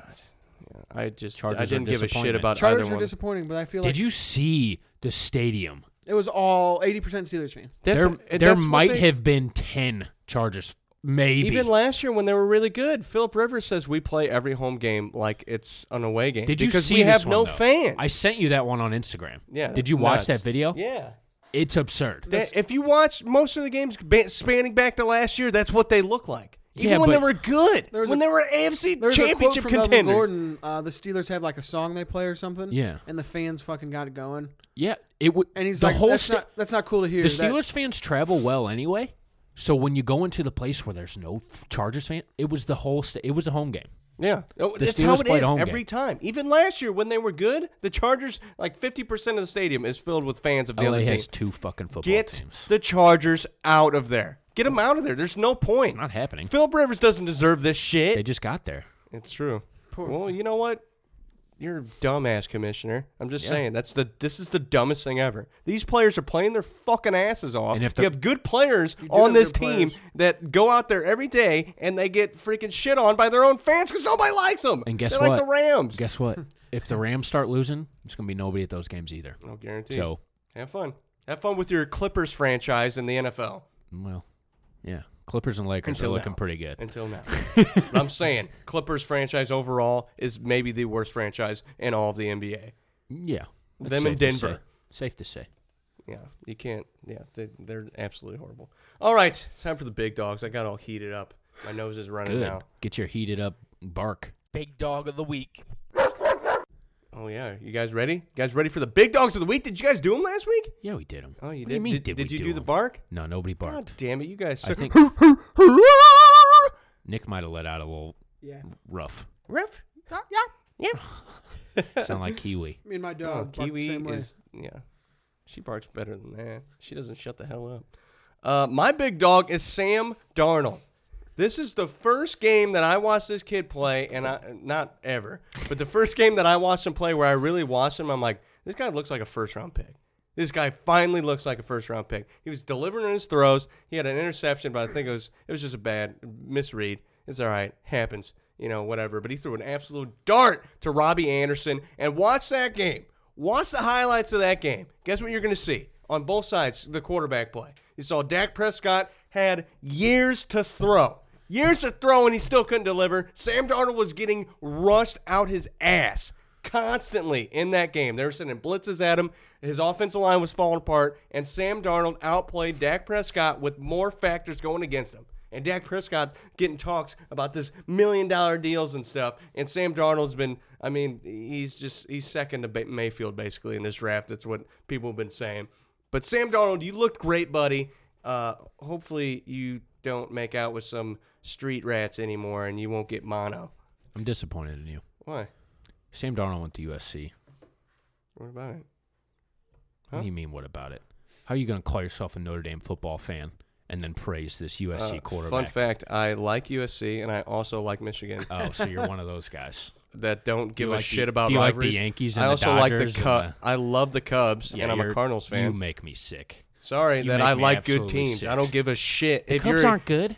S5: yeah. I just
S4: Chargers
S5: I
S4: are
S5: didn't give a shit
S4: disappointment.
S5: about
S6: Chargers
S5: either
S6: were
S5: one.
S6: disappointing, but I feel
S4: Did
S6: like
S4: you see the stadium?
S6: it was all 80% Steelers fans.
S5: That's-
S4: there
S5: that's
S4: there
S5: what
S4: might
S5: they-
S4: have been ten Chargers, maybe.
S5: Even last year when they were really good, Philip Rivers says we play every home game like it's an away game.
S4: Did you
S5: because
S4: see
S5: we
S4: this
S5: have
S4: one,
S5: no
S4: though?
S5: fans.
S4: I sent you that one on Instagram.
S5: yeah.
S4: Did you
S5: it's
S4: watch
S5: nuts.
S4: that video?
S5: Yeah.
S4: It's absurd.
S5: That- if you watch most of the games ba- spanning back to last year, that's what they look like. Even
S4: Yeah,
S5: when they
S4: but-
S5: were good,
S6: There was
S5: when
S6: a-
S5: they were AFC
S6: There's a quote
S5: championship
S6: from Melvin
S5: contenders.
S6: Gordon. Uh, the Steelers have like a song they play or something.
S4: Yeah.
S6: And the fans fucking got it going.
S4: yeah, it would.
S6: And he's
S4: the
S6: like,
S4: whole
S6: that's,
S4: sta-
S6: not, that's not cool to hear.
S4: The
S6: That-
S4: Steelers fans travel well anyway. So when you go into the place where there's no f- Chargers fan, it was the whole. St- it was a home game.
S5: Yeah, Oh,
S4: The
S5: that's how
S4: Steelers
S5: it
S4: played
S5: is
S4: home
S5: every
S4: game.
S5: time. Even last year when they were good, the Chargers like fifty percent of the stadium is filled with fans of the
S4: LA
S5: other team.
S4: has two fucking football
S5: Get
S4: teams.
S5: the Chargers out of there. Get them out of there. There's no point.
S4: it's not happening.
S5: Philip Rivers doesn't deserve this shit.
S4: They just got there.
S5: It's true. Well, you know what? You're a dumbass, commissioner. I'm just
S4: Yeah.
S5: saying that's the this is the dumbest thing ever. These players are playing their fucking asses off.
S4: And if
S5: you
S4: they're-
S5: have good players
S6: You do
S5: on
S6: have
S5: this
S6: good
S5: team
S6: players.
S5: that go out there every day and they get freaking shit on by their own fans because nobody likes them.
S4: And guess
S5: They're
S4: what?
S5: Like the Rams.
S4: Guess what? if the Rams start losing, there's gonna be nobody at those games either.
S5: no guarantee.
S4: So,
S5: have fun. Have fun with your Clippers franchise in the NFL.
S4: well, yeah, Clippers and Lakers
S5: Until
S4: are looking
S5: now.
S4: pretty good.
S5: Until now, But I'm saying Clippers franchise overall is maybe the worst franchise in all of the NBA.
S4: yeah, that's
S5: Them and
S4: safe to say.
S5: Denver.
S4: Safe to say.
S5: Yeah, you can't. Yeah, they, they're absolutely horrible. All right, it's time for the big dogs. I got all heated up. My nose is running
S4: Good.
S5: now.
S4: Get your heated up bark.
S7: Big dog of the week.
S5: Oh yeah, you guys ready? You guys ready for the big dogs of the week? Did you guys do them last week?
S4: Yeah, we did them.
S5: Oh,
S4: what
S5: you did.
S4: Do you mean,
S5: did
S4: did,
S5: did
S4: we
S5: you do, the
S4: them?
S5: bark?
S4: No, nobody barked.
S5: God damn it, you guys!
S4: I
S5: suck.
S4: think- Nick might have let out a little
S6: Yeah.
S4: rough.
S5: Ruff.
S6: Yeah. yeah.
S4: Sound like Kiwi.
S6: Me and my
S5: Oh,
S6: dog. bark the
S5: Kiwi
S6: same way.
S5: is yeah. She barks better than that. She doesn't shut the hell up. Uh, my big dog is Sam Darnold. This is the first game that I watched this kid play, and I not ever, but the first game that I watched him play where I really watched him. I'm like, this guy looks like a first round pick. This guy finally looks like a first round pick. He was delivering on his throws. He had an interception, but I think it was it was just a bad misread. It's all right, happens, you know, whatever. But he threw an absolute dart to Robbie Anderson, and watch that game. Watch the highlights of that game. Guess what you're going to see on both sides the quarterback play. You saw Dak Prescott had years to throw. Years to throw, and he still couldn't deliver. Sam Darnold was getting rushed out his ass constantly in that game. They were sending blitzes at him. His offensive line was falling apart, and Sam Darnold outplayed Dak Prescott with more factors going against him. And Dak Prescott's getting talks about this million dollar deals and stuff. And Sam Darnold's been, I mean, he's just, he's second to Ba- Mayfield basically in this draft. That's what people have been saying. But Sam Darnold, you looked great, buddy. Uh, hopefully you don't make out with some street rats anymore and you won't get mono.
S4: I'm disappointed in you.
S5: Why?
S4: Sam Darnold went to USC.
S5: What about it?
S4: What do you mean? What about it? How are you going to call yourself a Notre Dame football fan and then praise this USC
S5: Uh,
S4: quarterback.
S5: Fun fact: I like USC, and I also like Michigan.
S4: Oh, so you're one of those guys.
S5: that don't give
S4: you
S5: a
S4: like the-
S5: shit about
S4: do you like the
S5: rivalries.
S4: Yankees
S5: I
S4: and the
S5: also like the
S4: Dodgers and
S5: Cubs.
S4: the-
S5: I love the Cubs,
S4: Yeah,
S5: and I'm a
S4: you're-
S5: Cardinals
S4: You
S5: fan.
S4: make me sick.
S5: Sorry
S4: you
S5: that
S4: make
S5: I
S4: me
S5: like good
S4: absolutely
S5: teams.
S4: sick.
S5: I don't give a shit.
S4: The
S5: if
S4: Cubs
S5: you're,
S4: aren't good.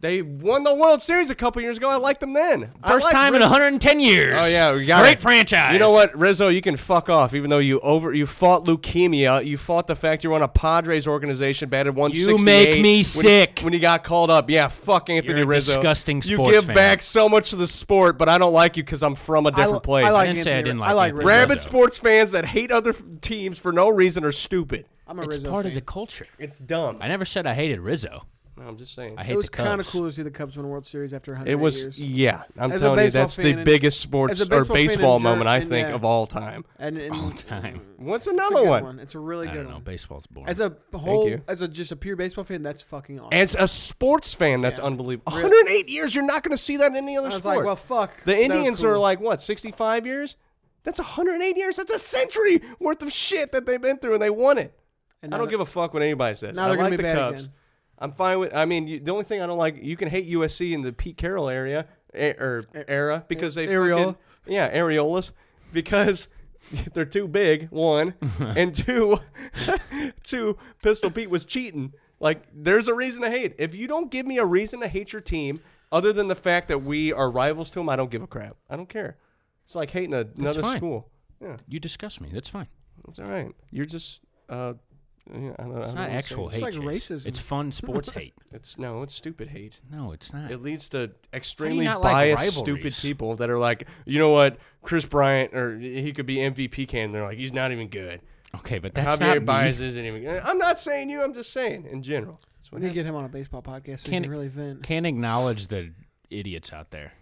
S5: they won the World Series a couple years ago. I liked them then. I
S4: First
S5: like
S4: time in
S5: Rizzo.
S4: 110 years.
S5: Oh yeah, we got
S4: great
S5: it.
S4: franchise.
S5: You know what, Rizzo? You can fuck off. Even though you over, you fought leukemia. You fought the fact you were on a Padres organization, batted one sixty-eight.
S4: make me
S5: when-
S4: sick.
S5: when you got called up. Yeah, fuck Anthony
S4: You're a
S5: Rizzo.
S4: disgusting
S5: You
S4: sports
S5: give
S4: fan.
S5: back so much to the sport, but I don't like you because I'm from a different
S6: li-
S5: place.
S6: I like
S4: didn't say
S6: Anthony
S4: I didn't
S6: Ri-
S4: like
S6: I like
S4: Anthony
S6: Rizzo.
S5: Rabid
S4: Rizzo.
S5: sports fans that hate other f- teams for no reason are stupid.
S6: I'm a
S4: It's
S6: Rizzo
S4: part of
S6: fan.
S4: the culture.
S5: It's dumb.
S4: I never said I hated Rizzo.
S5: No, I'm just saying.
S4: I hate
S6: It was
S4: the Cubs.
S6: kind of cool to see the Cubs win a World Series after 100
S5: It was e
S6: years.
S5: yeah. I'm
S6: As a
S5: telling you,
S6: baseball
S5: that's the
S6: fan-
S5: biggest
S6: as
S5: sports
S6: a
S5: or
S6: baseball fan in
S5: baseball
S6: Jer-
S5: moment I
S6: in,
S5: think
S6: yeah.
S5: of all time.
S6: and, and
S4: All
S6: it's
S4: time.
S5: What's
S6: a
S5: another
S6: good
S5: one?
S6: It's a really
S4: I
S6: good
S4: don't know.
S6: one.
S4: Baseball's boring.
S6: As a whole,
S5: you.
S6: as a just a pure baseball fan, that's fucking awesome.
S5: As a sports fan, that's
S6: Yeah.
S5: unbelievable.
S6: Really.
S5: 108 years, you're not going to see that in any
S6: I
S5: other
S6: was
S5: sport.
S6: like, well, fuck. that
S5: the
S6: was
S5: Indians are
S6: cool.
S5: like what, 65 years? That's 108 years. That's a century worth of shit that they've been through, and they won it.
S6: And
S5: I
S6: now
S5: don't give a fuck what anybody says.
S6: now
S5: I
S6: they're gonna
S5: like
S6: be
S5: the
S6: bad
S5: Cubs.
S6: again.
S5: I'm fine with. I mean, you, the only thing I don't like, you can hate USC in the Pete Carroll area eh, or era because they
S6: Areola.
S5: fucking, yeah areolas because they're too big one and two two Pistol Pete was cheating. Like there's a reason to hate. If you don't give me a reason to hate your team other than the fact that we are rivals to them, I don't give a crap. I don't care. It's like hating a, another
S4: fine.
S5: school. Yeah,
S4: you disgust me. That's fine.
S5: it's all right. You're just. Uh, yeah, I don't,
S4: It's not
S5: I don't wanna say
S4: actual
S5: it.
S4: hate.
S6: like
S4: Chase.
S6: racism.
S4: It's fun sports hate.
S5: It's no, it's stupid hate.
S4: No, it's not.
S5: It leads to extremely
S4: not like
S5: biased, stupid
S4: rivalries?
S5: people that are like, you know what, Chris Bryant, or he could be MVP candidate. They're like, he's not even good.
S4: Okay, but that's
S5: Javier
S4: not
S5: Baez
S4: me.
S5: isn't even. good. I'm not saying you. I'm just saying in general. That's
S6: We
S5: what
S6: need to
S5: happened.
S6: get him on a baseball podcast. So he
S4: Can't-
S6: can really vent.
S4: Can't acknowledge the idiots out there.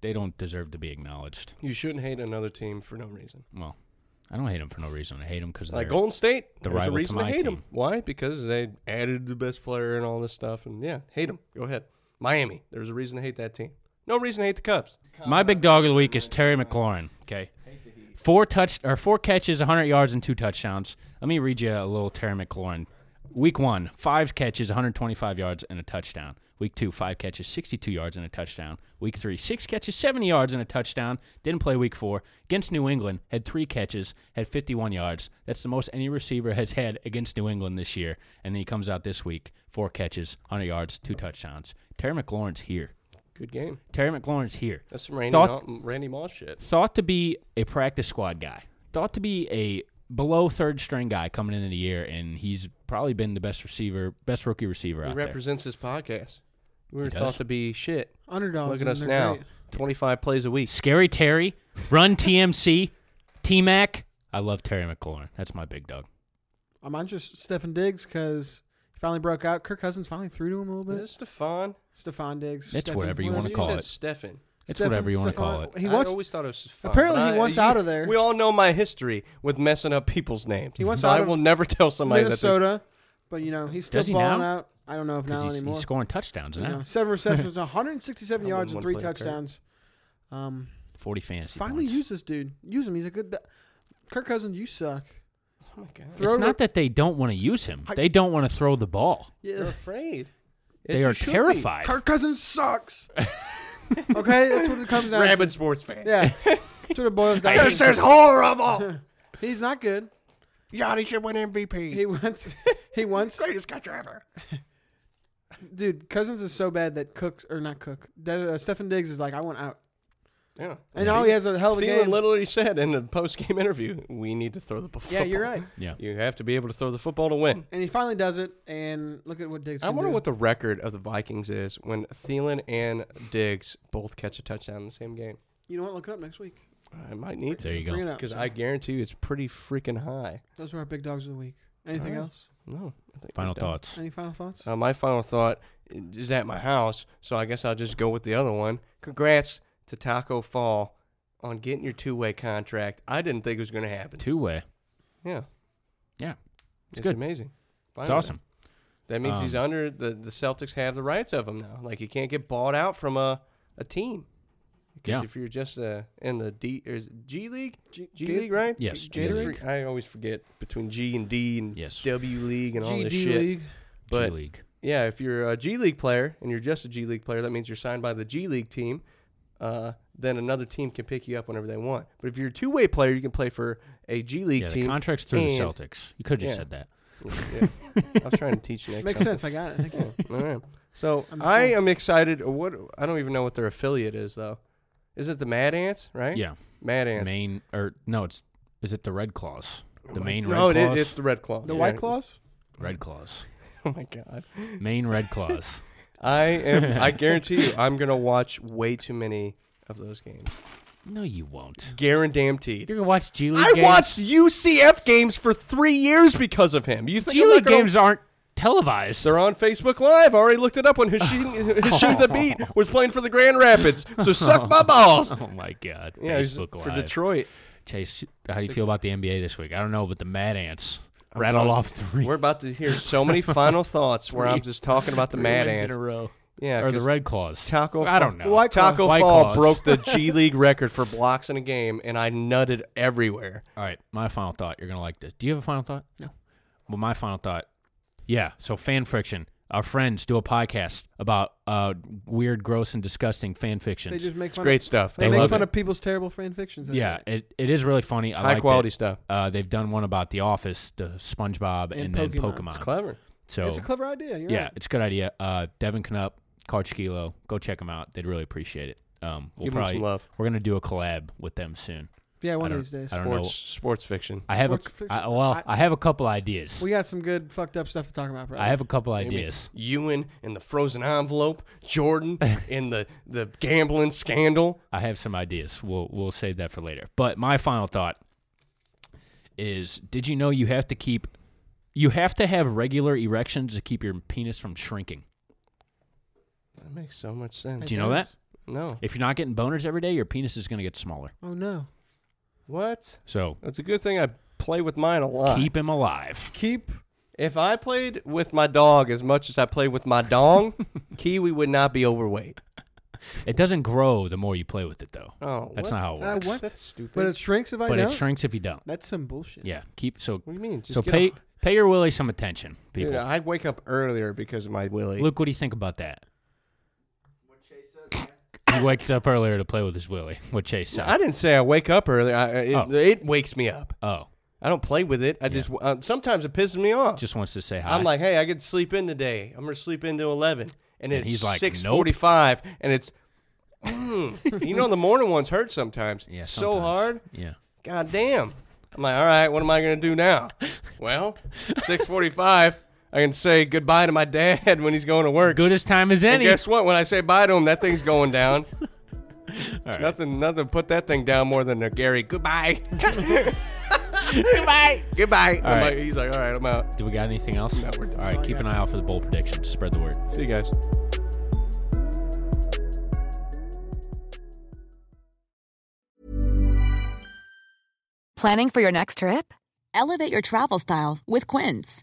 S4: They don't deserve to be acknowledged.
S5: you shouldn't hate another team for no reason.
S4: Well, I don't hate them for no reason. I hate them because
S5: Like
S4: they're
S5: Golden State,
S4: the
S5: there's a
S4: rival to
S5: reason to
S4: my
S5: hate them.
S4: team.
S5: Why? Because they added the best player and all this stuff. And yeah, hate them. Go ahead. Miami, there's a reason to hate that team. No reason to hate the Cubs.
S4: My big dog of the week is Terry McLaurin. Okay, four touch or four catches, 100 yards, and two touchdowns. Let me read you a little Terry McLaurin. Week one, five catches, 125 yards, and a touchdown. Week two, five catches, 62 yards, and a touchdown. Week three, six catches, 70 yards, and a touchdown. Didn't play week four against New England. Had three catches, had 51 yards. That's the most any receiver has had against New England this year. And then he comes out this week, four catches, 100 yards, two touchdowns. Terry McLaurin's here.
S5: Good game.
S4: Terry McLaurin's here
S5: That's some Randy,
S4: Thought-
S5: Ma- Randy Moss shit.
S4: thought to be a practice squad guy, thought to be a below third string guy coming into the year, and he's probably been the best receiver, best rookie receiver
S5: He
S4: out there.
S5: represents his podcast. We were
S4: does?
S5: thought to be shit.
S6: Underdogs.
S5: Look at
S6: and
S5: us
S6: they're
S5: now.
S6: great.
S5: 25 plays a week.
S4: Scary Terry, run TMC, T Mac. I love Terry McLaurin. That's my big dog.
S6: I'm on just Stephen Diggs because he finally broke out. Kirk Cousins finally threw to him a little
S5: Is
S6: bit.
S5: it Stefan?
S6: Stefan Diggs.
S4: It's
S6: Stephen-
S4: whatever you wanna
S6: is
S4: call
S6: it?
S4: it.
S5: Stefan.
S4: It's
S6: Stephen-
S4: whatever you want to
S6: Stefan-
S4: call it.
S6: He
S5: I
S6: wants.
S5: always thought it was Stefan.
S6: apparently
S5: but
S6: he
S5: I-
S6: wants
S5: you-
S6: out of there.
S5: We all know my history with messing up people's names.
S6: He wants
S5: so
S6: out
S5: I
S6: of
S5: will never tell somebody that.
S6: Minnesota, but you know he's still
S4: Does he
S6: balling
S4: now?
S6: out. I don't know if now
S4: Because he's,
S6: anymore.
S4: he's scoring touchdowns
S6: You know,
S4: now.
S6: seven receptions, 167
S5: I
S6: yards,
S5: wouldn't
S6: and
S5: wanna
S6: three
S5: play Kirk.
S6: touchders. Um,
S4: 40 fantasy
S6: finally
S4: points.
S6: use this dude. Use him. He's a good. th- Kirk Cousins, you suck.
S5: Oh my god.
S6: Throw
S4: it's
S6: to-
S4: not that they don't want to use him.
S6: I-
S4: They don't want to throw the ball.
S5: They're
S6: Yeah.
S5: afraid. As
S4: They
S5: you
S4: are
S5: should be.
S4: terrified.
S6: Kirk Cousins sucks. okay, that's what it comes down
S5: Rabid sports fan.
S6: to. Yeah, that's what it boils down
S5: This
S6: to.
S5: is horrible.
S6: He's not good.
S5: Yanni should win MVP.
S6: He wants. He wants.
S5: Greatest catcher ever.
S6: Dude, Cousins is so bad that Cook or not Cook. De- uh, Stephen Diggs is like, I want out.
S5: Yeah.
S6: And now he has a hell of a
S5: Thielen
S6: game.
S5: literally said in the post game interview, "We need to throw the football."
S6: yeah, you're right.
S4: Yeah.
S5: You have to be able to throw the football to win.
S6: And he finally does it. And look at what Diggs.
S5: I
S6: can
S5: wonder
S6: do.
S5: what the record of the Vikings is when Thielen and Diggs both catch a touchdown in the same game.
S6: You know what? Look it up next week.
S5: I might need
S4: There
S5: to
S4: you go.
S6: Bring it up.
S5: because I guarantee you it's pretty freaking high.
S6: Those were our big dogs of the week. Anything
S5: Alright.
S6: else?
S5: No. I think
S4: Final
S5: we're done.
S4: thoughts.
S6: Any final thoughts?
S5: Uh, my final thought is at my house, so I guess I'll just go with the other one. Congrats to Taco Fall on getting your two way contract. I didn't think it was going to happen.
S4: Two way.
S5: Yeah,
S4: Yeah.
S5: it's,
S4: good.
S5: amazing.
S4: It's
S5: Finally.
S4: awesome.
S5: That means he's
S4: Um,
S5: under the the Celtics have the rights of him now. Like you can't get bought out from a a team. 'Cause
S4: Yeah.
S5: If you're just uh, in the D or is it G League, G,
S6: G-
S5: League, right?
S4: Yes,
S5: G-
S4: Gatorade?
S5: League. I always forget between G and D and
S4: Yes.
S5: W League and all
S6: GD
S5: this shit.
S6: League.
S5: But
S4: G League.
S5: yeah, if you're a G League player and you're just a G League player, that means you're signed by the G League team. Uh, then another team can pick you up whenever they want. But if you're a two way player, you can play for a G League
S4: Yeah,
S5: team.
S4: the contract's through the
S5: and-
S4: Celtics. You could have just
S5: yeah.
S4: said that.
S5: Yeah. I was trying to teach Nick.
S6: Makes
S5: something.
S6: sense. I got it. Thank you.
S5: All right. So
S6: I'm
S5: I
S6: sure.
S5: am excited. What I don't even know what their affiliate is though. Is it the Mad Ants? Right?
S4: Yeah,
S5: Mad Ants.
S4: Maine or no? It's is it the Red Claws? The Maine
S5: no,
S4: Red
S5: it is-
S4: Claws.
S5: it's the Red Claw.
S6: The
S5: Yeah.
S6: White Claws?
S4: Red Claws.
S5: Oh my god.
S4: Maine Red Claws.
S5: I am. I guarantee you, I'm gonna watch way too many of those games.
S4: no, you won't.
S5: Guaranteed.
S4: You're gonna watch G League.
S5: I
S4: games?
S5: watched UCF games for three years because of him. You think
S4: G
S5: I'm not
S4: League
S5: gonna-
S4: games aren't televised.
S5: They're on Facebook Live. I already looked it up when Hashim, Hashim the Beat was playing for the Grand Rapids. So suck my balls.
S4: Oh my God!
S5: Yeah, he's
S4: Facebook
S5: for
S4: Live.
S5: Detroit.
S4: Chase, how do you feel about the NBA this week? I don't know, but the Mad Ants rattle off 3
S5: We're about to hear so many final thoughts where I'm just talking about the
S4: three
S5: Mad
S4: wins
S5: Ants.
S4: in a row.
S5: Yeah,
S4: or the
S5: 'cause
S4: Red Claws.
S5: Taco.
S4: I don't know.
S6: White
S5: Taco
S6: Claws.
S4: White
S5: Fall
S4: Claws.
S5: broke the G League record for blocks in a game, and I nutted everywhere.
S4: All right, my final thought. You're gonna like this. Do you have a final thought? No. Well, my final thought. Yeah. So fan friction. Our friends do a podcast about uh, weird, gross, and disgusting fan
S6: They
S4: fictions.
S6: just make fun
S5: Great
S6: of
S5: stuff.
S6: They,
S4: They
S6: make
S4: love
S6: fun
S4: it.
S6: of people's terrible fan fictions. That's
S4: yeah,
S6: it.
S4: it, it is really funny. I
S5: High
S4: liked
S5: quality
S4: it.
S5: stuff.
S4: Uh, they've done one about The Office, the SpongeBob, and,
S6: And
S4: then
S6: Pokemon.
S4: Pokemon.
S6: It's
S5: Clever.
S4: So
S6: It's a clever idea. You're
S4: yeah,
S6: right.
S4: it's a good idea. Uh, Devin Knupp, Coach Kilo, go check them out. They'd really appreciate it. Um, we'll
S5: Give 'em some
S4: probably
S5: love.
S4: we're gonna do a collab with them soon.
S6: Yeah, one
S4: I
S6: of
S4: don't-
S6: these days.
S4: I don't
S5: Sports,
S4: know.
S5: sports fiction.
S4: I have a
S6: Sports
S4: c-
S6: fiction.
S4: I- well, I,
S6: I-
S4: have a couple ideas.
S6: We got some good fucked up stuff to talk about. Probably.
S4: I have a couple
S5: Maybe
S4: ideas.
S5: Ewan in the frozen envelope, Jordan in the, the gambling scandal.
S4: I have some ideas. We'll we'll save that for later. But my final thought is: Did you know you have to keep you have to have regular erections to keep your penis from shrinking?
S5: That makes so much sense.
S6: Makes
S4: Do you know that?
S6: sense.
S5: No.
S4: If you're not getting boners every day, your penis is going to get smaller.
S6: Oh no.
S5: What?
S4: So
S5: It's a good thing I play with mine a lot.
S4: keep him alive.
S5: Keep. If I played with my dog as much as I play with my dong, Kiwi would not be overweight.
S4: It doesn't grow the more you play with it, though.
S5: Oh,
S4: That's
S5: what?
S4: not how it works.
S6: Uh, what?
S5: That's stupid.
S6: But it shrinks if I
S4: Ah, But
S6: don't.
S4: it shrinks if you don't.
S6: That's some bullshit.
S4: Yeah, keep so.
S5: What do you mean? Just
S4: so
S5: get
S4: pay
S5: a-
S4: pay your Willie some attention, people.
S5: Dude, I wake up earlier because of my willy.
S4: Luke, what do you think about that? He waked up earlier to play with his Willie. What Chase said.
S5: I didn't say I wake up early. I, I- it,
S4: Oh.
S5: it wakes me up.
S4: oh,
S5: I don't play with it. I just uh, sometimes it pisses me off.
S4: just wants to say hi.
S5: I'm like, hey, I could sleep in today. I'm gonna sleep into eleven, and, it's
S4: he's like,
S5: six
S4: nope.
S5: forty-five, and it's. Mm. you know the morning ones hurt sometimes.
S4: yeah,
S5: so
S4: sometimes.
S5: hard.
S4: Yeah.
S5: God damn. I'm like, all right, what am I gonna do now? Well, six forty-five. I can say goodbye to my dad when he's going to work.
S4: Good as time as
S5: And
S4: any.
S5: guess what? When I say bye to him, that thing's going down.
S4: right.
S5: Nothing, nothing. Put that thing down more than a Gary. Goodbye. Goodbye. Goodbye. I'm
S4: right.
S5: like- he's like, all right, I'm out.
S4: Do we got anything else?
S5: No, we're done.
S4: All right, keep an eye out for the bowl predictions. Spread the word.
S5: See you guys.
S7: Planning for your next trip? Elevate your travel style with Quince.